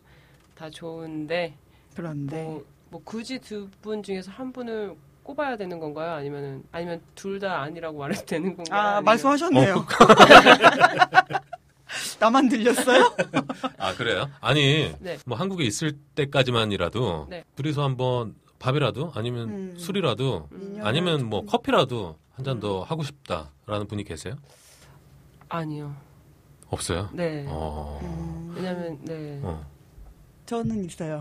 C: 다 좋은데
B: 그런데
C: 뭐, 뭐 굳이 두 분 중에서 한 분을 꼽아야 되는 건가요? 아니면은 아니면 둘 다 아니라고 말해도 되는
E: 어.
C: 건가요?
B: 아
C: 아니면-
B: 말씀하셨네요.
A: 어.
B: 나만 들렸어요?
A: 아 그래요? 아니
C: 네.
A: 뭐 한국에 있을 때까지만이라도
C: 네.
A: 둘이서 한번 밥이라도 아니면
B: 음.
A: 술이라도
C: 음,
A: 아니면 뭐 커피라도 한 잔 더 하고 싶다라는 분이 계세요?
C: 아니요.
A: 없어요.
C: 네.
A: 어.
C: 왜냐면 네.
A: 어.
B: 음. 저는 있어요.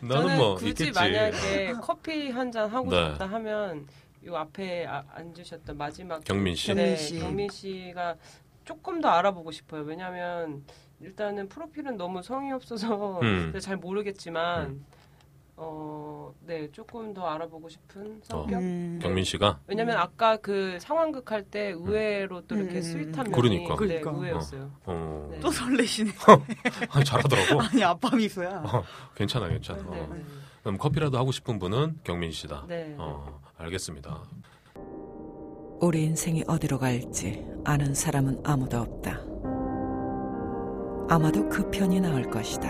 A: 나는
C: 저는
A: 뭐
C: 굳이
A: 있겠지.
C: 만약에 커피 한 잔 하고
A: 네.
C: 싶다 하면 요 앞에 아- 앉으셨던 마지막
A: 경민 씨.
B: 경민
C: 네,
B: 씨.
C: 경민 씨가 조금 더 알아보고 싶어요. 왜냐하면 일단은 프로필은 너무 성의 없어서
A: 음.
C: 잘 모르겠지만 어, 네 조금 더 알아보고
A: 어.
C: 싶은 성격.
B: 음.
A: 경민 씨가
C: 왜냐면 아까 그 상황극 할 때 의외로 또 이렇게
B: 음.
C: 스윗한 면이
A: 그러니까.
C: 네,
B: 그러니까.
C: 의외였어요.
A: 어.
C: 네.
B: 또 설레시네.
A: 아니, 잘하더라고.
B: 아니 아빠 미소야.
A: 괜찮아, 괜찮아.
C: 네,
A: 어.
C: 네.
A: 그럼 커피라도 하고 싶은 분은 경민 씨다.
C: 네.
A: 어, 알겠습니다.
G: 우리 인생이 어디로 갈지 아는 사람은 아무도 없다. 아마도 그 편이 나을 것이다.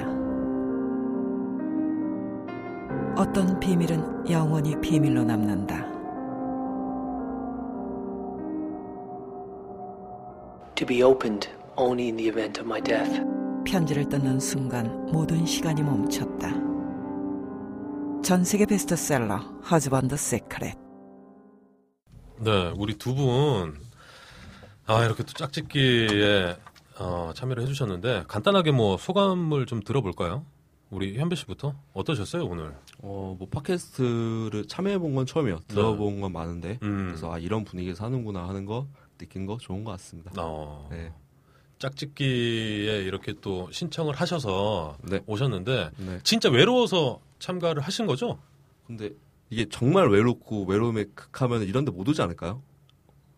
G: 어떤 비밀은 영원히 비밀로 남는다.
H: to be opened only in the event of my death.
G: 편지를 뜯는 순간 모든 시간이 멈췄다. 전 세계 베스트셀러 허즈번드 세크렛.
A: 네, 우리 두 분, 아, 이렇게 또 짝짓기에 어, 참여를 해주셨는데, 간단하게 뭐 소감을 좀 들어볼까요? 우리 현배 씨부터? 어떠셨어요, 오늘?
D: 어, 뭐 팟캐스트를 참여해 본 건 처음이요. 들어본 건 많은데
A: 음.
D: 그래서 아 이런 분위기에서 하는구나 하는 거 느낀 거 좋은 것 같습니다.
A: 어,
D: 네.
A: 짝짓기에 이렇게 또 신청을 하셔서
D: 네.
A: 오셨는데,
D: 네.
A: 진짜 외로워서 참가를 하신 거죠?
D: 근데 이게 정말 외롭고 외로움에 극하면 이런 데 못 오지 않을까요?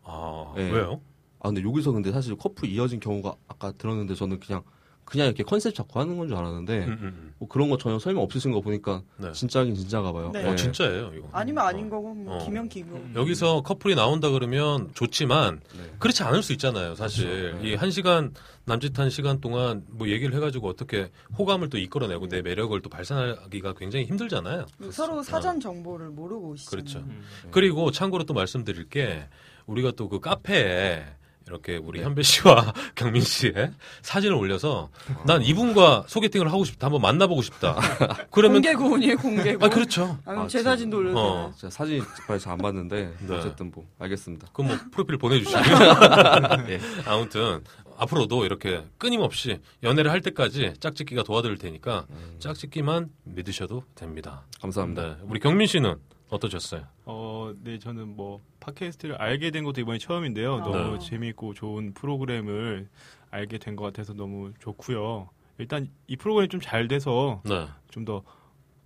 A: 아,
D: 네.
A: 왜요?
D: 아 근데 여기서 근데 사실 커플 이어진 경우가 아까 들었는데 저는 그냥 그냥 이렇게 컨셉 잡고 하는 건 줄 알았는데
A: 음, 음,
D: 뭐 그런 거 전혀 설명 없으신 거 보니까
A: 음. 네.
D: 진짜긴 진짜가 봐요.
B: 네.
A: 어, 진짜예요, 이거.
B: 아니면 아닌
A: 어.
B: 거고 뭐
A: 어.
B: 기면 기고.
A: 여기서 커플이 나온다 그러면 좋지만
D: 네.
A: 그렇지 않을 수 있잖아요, 사실.
D: 그렇죠. 네.
A: 이 한 시간, 남짓한 시간 동안 뭐 얘기를 해가지고 어떻게 호감을 또 이끌어내고 내 매력을 또 발산하기가 굉장히 그렇죠. 힘들잖아요.
B: 네, 그렇죠. 서로 사전 정보를 모르고 오시잖아요.
A: 그렇죠.
E: 음.
A: 그리고 참고로 또 말씀드릴 게 우리가 또 그 카페에 이렇게 우리 현배 씨와 경민 씨의 사진을 올려서 난 이분과 소개팅을 하고 싶다. 한번 만나보고 싶다. 그러면
B: 공개고운이에요, 공개고.
A: 아, 그렇죠.
B: 아, 그럼
D: 아,
B: 제
D: 진짜.
B: 사진도 올려주세요.
A: 어.
D: 제가 사진 정말 잘 안 봤는데
A: 네.
D: 어쨌든 뭐 알겠습니다.
A: 그럼 뭐 프로필 보내주시면
D: 예.
A: 아무튼 앞으로도 이렇게 끊임없이 연애를 할 때까지 짝짓기가 도와드릴 테니까 짝짓기만 믿으셔도 됩니다.
D: 음. 감사합니다.
A: 네. 우리 경민 씨는 어떠셨어요?
E: 어, 네, 저는 뭐 팟캐스트를 알게 된 것도 이번이 처음인데요.
C: 아.
E: 너무
A: 네.
E: 재미있고 좋은 프로그램을 알게 된 것 같아서 너무 좋고요. 일단 이 프로그램이 좀 잘 돼서
A: 네.
E: 좀 더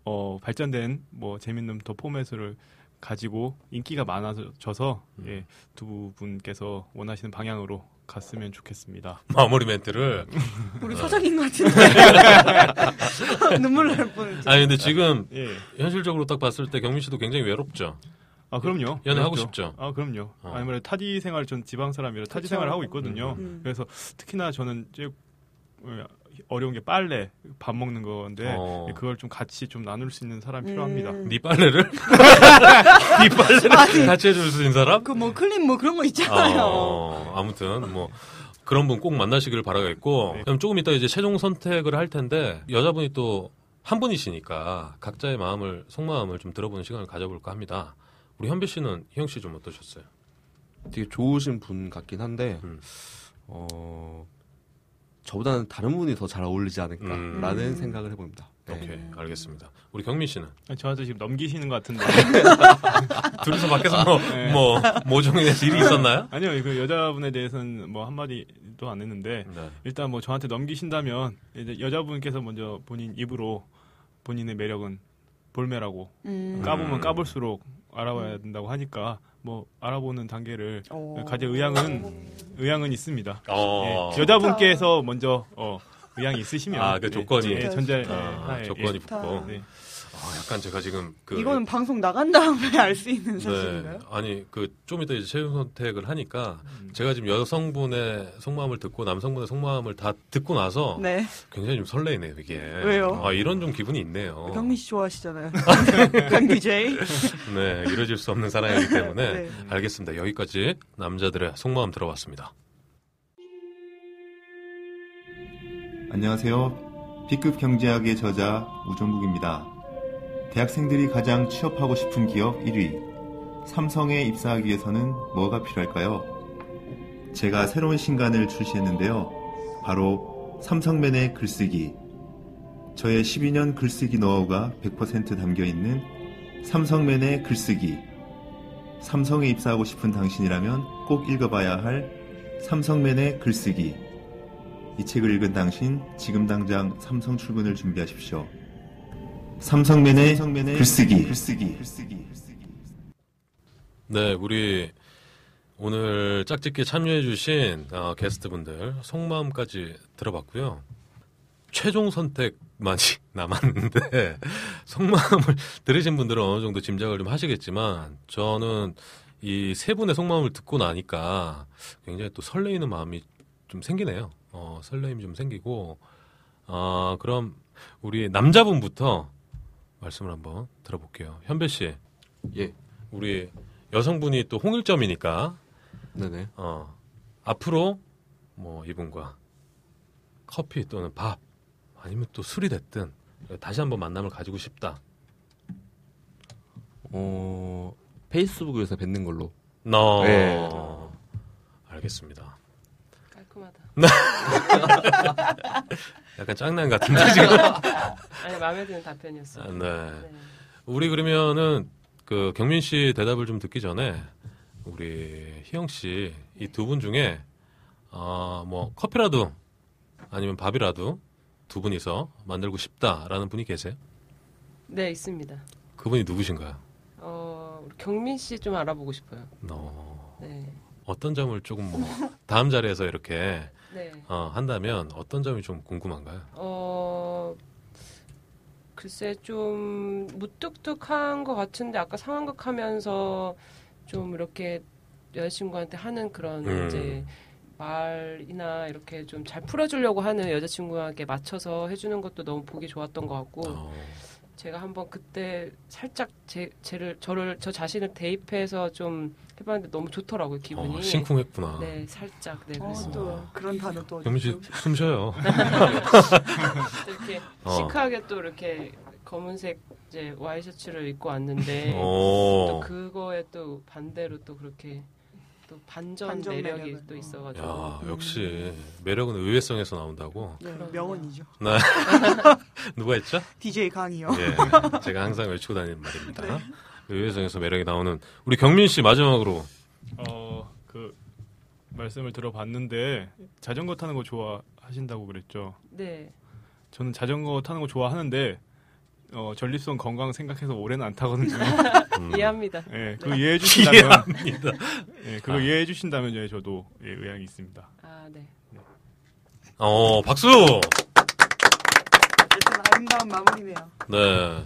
E: 어, 발전된 뭐 재밌는 더 포맷을 가지고 인기가 많아져서
A: 음.
E: 예, 두 분께서 원하시는 방향으로 갔으면 좋겠습니다.
A: 마무리 멘트를.
B: 우리
A: 어.
B: 소장님 같은데. 눈물 날 뻔.
A: 아니, 근데 지금
E: 예.
A: 현실적으로 딱 봤을 때 경민 씨도 굉장히 외롭죠.
E: 아, 그럼요.
A: 예. 연애하고
E: 그렇죠.
A: 싶죠.
E: 아, 그럼요.
A: 어.
E: 아무래도 타지 생활 전 지방 사람이라 타지
B: 그쵸.
E: 생활을 하고 있거든요.
B: 음.
E: 그래서 특히나 저는 이제 어려운 게 빨래, 밥 먹는
D: 네.
E: 건데 예,
A: 어.
E: 그걸 좀 같이 좀 나눌 수 있는 사람이 필요합니다.
B: 음.
A: 네 빨래를? 네 빨래를 같이 해줄 수 있는 사람?
B: 그뭐 클린 뭐 그런 거 있잖아요.
A: 어, 아무튼 뭐 그런 분 꼭 만나시길 바라겠고
E: 네.
A: 그럼 조금 이따 이제 최종 선택을 할 텐데 여자분이 또 한 분이시니까 각자의 마음을 속마음을 좀 들어보는 시간을 가져볼까 합니다. 우리 현배 씨는 희영 씨 좀 어떠셨어요?
D: 되게 좋으신 분 같긴 한데
A: 음.
D: 어 저보다는 다른 분이 더 잘 어울리지 않을까라는
B: 음.
D: 생각을 해봅니다. 네.
A: 오케이 알겠습니다. 우리 경민 씨는
E: 아니, 저한테 지금 넘기시는 것 같은데
A: 둘이서 밖에서 뭐, 뭐 모종의 일이 있었나요?
E: 아니요 그 여자분에 대해서는 뭐 한마디도 안 했는데
A: 네.
E: 일단 뭐 저한테 넘기신다면 이제 여자분께서 먼저 본인 입으로 본인의 매력은 볼매라고
B: 음.
E: 까보면
A: 음.
E: 까볼수록 알아봐야 된다고 하니까 뭐 알아보는 단계를
B: 어.
E: 가질 의향은 의향은 있습니다.
A: 어,
E: 예, 여자분께서 먼저 어, 의향이 있으시면
A: 아, 그
E: 예,
A: 조건이.
E: 예, 전자 예,
A: 아,
E: 하나에,
A: 조건이
E: 예.
A: 붙고.
E: 네.
A: 아, 약간 제가 지금 그
B: 이거는 방송 나간 다음에 알 수 있는 사실인가요?
A: 네. 아니 그 좀 이따 이제 채용 선택을 하니까
B: 음.
A: 제가 지금 여성분의 속마음을 듣고 남성분의 속마음을 다 듣고 나서
B: 네.
A: 굉장히 좀 설레이네요 이게.
B: 왜요?
A: 아 이런 좀 기분이 있네요.
B: 경민 씨 좋아하시잖아요. 강 DJ.
A: 어. 네 이루어질 수 없는 사랑이기 때문에
B: 네.
A: 알겠습니다. 여기까지 남자들의 속마음 들어봤습니다.
I: 안녕하세요. B급 경제학의 저자 우정국입니다. 대학생들이 가장 취업하고 싶은 기업 1위. 삼성에 입사하기 위해서는 뭐가 필요할까요? 제가 새로운 신간을 출시했는데요. 바로 삼성맨의 글쓰기. 저의 12년 글쓰기 노하우가 100% 담겨 있는 삼성맨의 글쓰기. 삼성에 입사하고 싶은 당신이라면 꼭 읽어봐야 할 삼성맨의 글쓰기. 이 책을 읽은 당신 지금 당장 삼성 출근을 준비하십시오. 삼성맨의, 글쓰기.
A: 네, 우리 오늘 짝짓기 참여해주신 어, 게스트분들 속마음까지 들어봤고요. 최종 선택만이 남았는데 속마음을 들으신 분들은 어느 정도 짐작을 좀 하시겠지만 저는 이 세 분의 속마음을 듣고 나니까 굉장히 또 설레이는 마음이 좀 생기네요. 어, 설레임이 좀 생기고 아 그럼 우리 남자분부터 말씀을 한번 들어볼게요. 현배 씨,
D: 예.
A: 우리 여성분이 또 홍일점이니까
D: 네네.
A: 어, 앞으로 뭐 이분과 커피 또는 밥 아니면 또 술이 됐든 다시 한번 만남을 가지고 싶다.
D: 어 페이스북에서 뵙는 걸로.
A: 너
D: 네.
A: 알겠습니다.
C: 깔끔하다.
A: 약간 짱난 같은데 지금.
C: 아니 마음에 드는 답변이었어요.
A: 아, 네.
C: 네.
A: 우리 그러면은 그 경민 씨 대답을 좀 듣기 전에 우리 희영 씨 이 두 분 중에 어, 아뭐 커피라도 아니면 밥이라도 두 분이서 만들고 싶다라는 분이 계세요?
C: 네, 있습니다.
A: 그분이 누구신가요?
C: 어, 우리 경민 씨 좀 알아보고 싶어요.
A: 어,
C: 네.
A: 어떤 점을 조금 뭐 다음 자리에서 이렇게
C: 네.
A: 어, 한다면 어떤 점이 좀 궁금한가요?
C: 어, 글쎄 좀 무뚝뚝한 것 같은데 아까 상황극 하면서 좀 이렇게 여자친구한테 하는 그런
A: 음.
C: 이제 말이나 이렇게 좀 잘 풀어주려고 하는 여자친구에게 맞춰서 해주는 것도 너무 보기 좋았던 것 같고
A: 어,
C: 제가 한번 그때 살짝 제, 를 저를 저 자신을 대입해서 좀 해봤는데 너무 좋더라고요 기분이
A: 어, 심쿵했구나.
C: 네 살짝 네
B: 어,
C: 그래서
B: 또 그런 단어 또
A: 경민
B: 어디서
A: 씨 숨 쉬어요.
C: 이렇게
A: 어.
C: 시크하게 또 이렇게 검은색 이제 와이셔츠를 입고 왔는데 네.
A: 어.
C: 또
A: 오,
C: 그거에 또 반대로 또 그렇게 또 반전,
B: 반전
C: 매력이
B: 매력을.
C: 또 있어가지고
A: 야 역시 매력은 의외성에서 나온다고
B: 네, 명언이죠.
A: 누가 했죠?
B: DJ
C: 어.
B: 강이요.
A: 예, 제가 항상 외치고 다니는 말입니다.
C: 네.
A: 의외성에서 매력이 나오는 우리 경민 씨 마지막으로
E: 어그 말씀을 들어봤는데 자전거 타는 거 좋아하신다고 그랬죠.
C: 네
E: 저는 자전거 타는 거 좋아하는데 어, 전립선 건강 생각해서 올해는 안 타거든요.
A: 음,
C: 이해합니다
E: 예, 그거 이해해 주신다면
A: 이해합니다.
E: 예, 그거
A: 아.
E: 이해해 주신다면 예, 저도 예, 의향이 있습니다.
C: 아네
A: 어, 박수.
B: 일단 아름다운 마무리네요.
A: 네.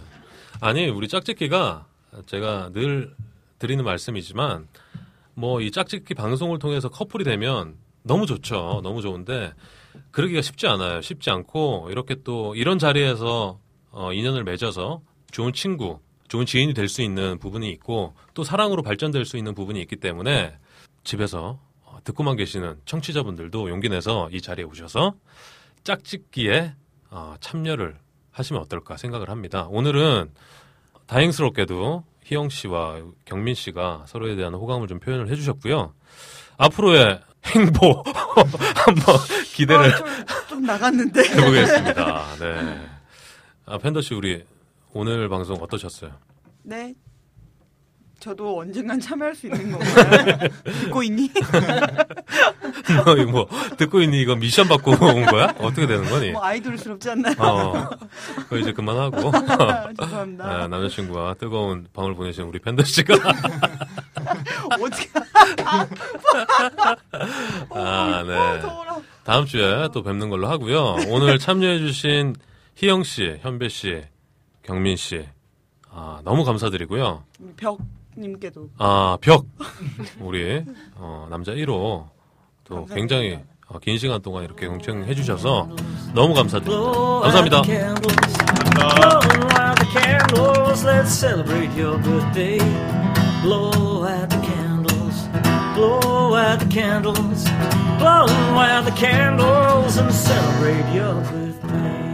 A: 아니, 우리 짝짓기가 제가 늘 드리는 말씀이지만, 뭐, 이 짝짓기 방송을 통해서 커플이 되면 너무 좋죠. 너무 좋은데, 그러기가 쉽지 않아요. 쉽지 않고, 이렇게 또 이런 자리에서 어, 인연을 맺어서 좋은 친구, 좋은 지인이 될 수 있는 부분이 있고, 또 사랑으로 발전될 수 있는 부분이 있기 때문에, 집에서 어, 듣고만 계시는 청취자분들도 용기 내서 이 자리에 오셔서 짝짓기에 어, 참여를 하시면 어떨까 생각을 합니다. 오늘은 다행스럽게도 희영 씨와 경민 씨가 서로에 대한 호감을 좀 표현을 해주셨고요. 앞으로의 행보 한번 기대를
B: 아, 좀, 좀 나갔는데.
A: 해보겠습니다. 네. 아, 팬더 씨 우리 오늘 방송 어떠셨어요?
B: 네. 저도 언젠간 참여할 수 있는 건가요? 믿고 있니?
A: 너 이거 뭐 듣고 있니 이거 미션 받고 온 거야? 어떻게 되는 거니?
B: 뭐 아이돌스럽지 않나요?
A: 어, 그거 이제 그만하고
B: 죄송합니다.
A: 아, 남자친구와 뜨거운 밤을 보내신 우리 팬더 씨가
B: 어, 어떻게
A: 아,
B: 아,
A: 네.
B: 더워라.
A: 다음 주에 또 뵙는 걸로 하고요. 오늘 참여해주신 희영 씨, 현배 씨, 경민 씨, 아, 너무 감사드리고요.
B: 벽님께도
A: 아, 벽! 우리, 어, 남자 1호. 또
B: 감사합니다.
A: 굉장히 어, 긴 시간 동안 이렇게 경청해주셔서 너무 감사드립니다. 감사합니다.
I: Blow out the candles, let's celebrate your birthday. Blow out the candles, blow out the candles, blow out the candles and celebrate your birthday.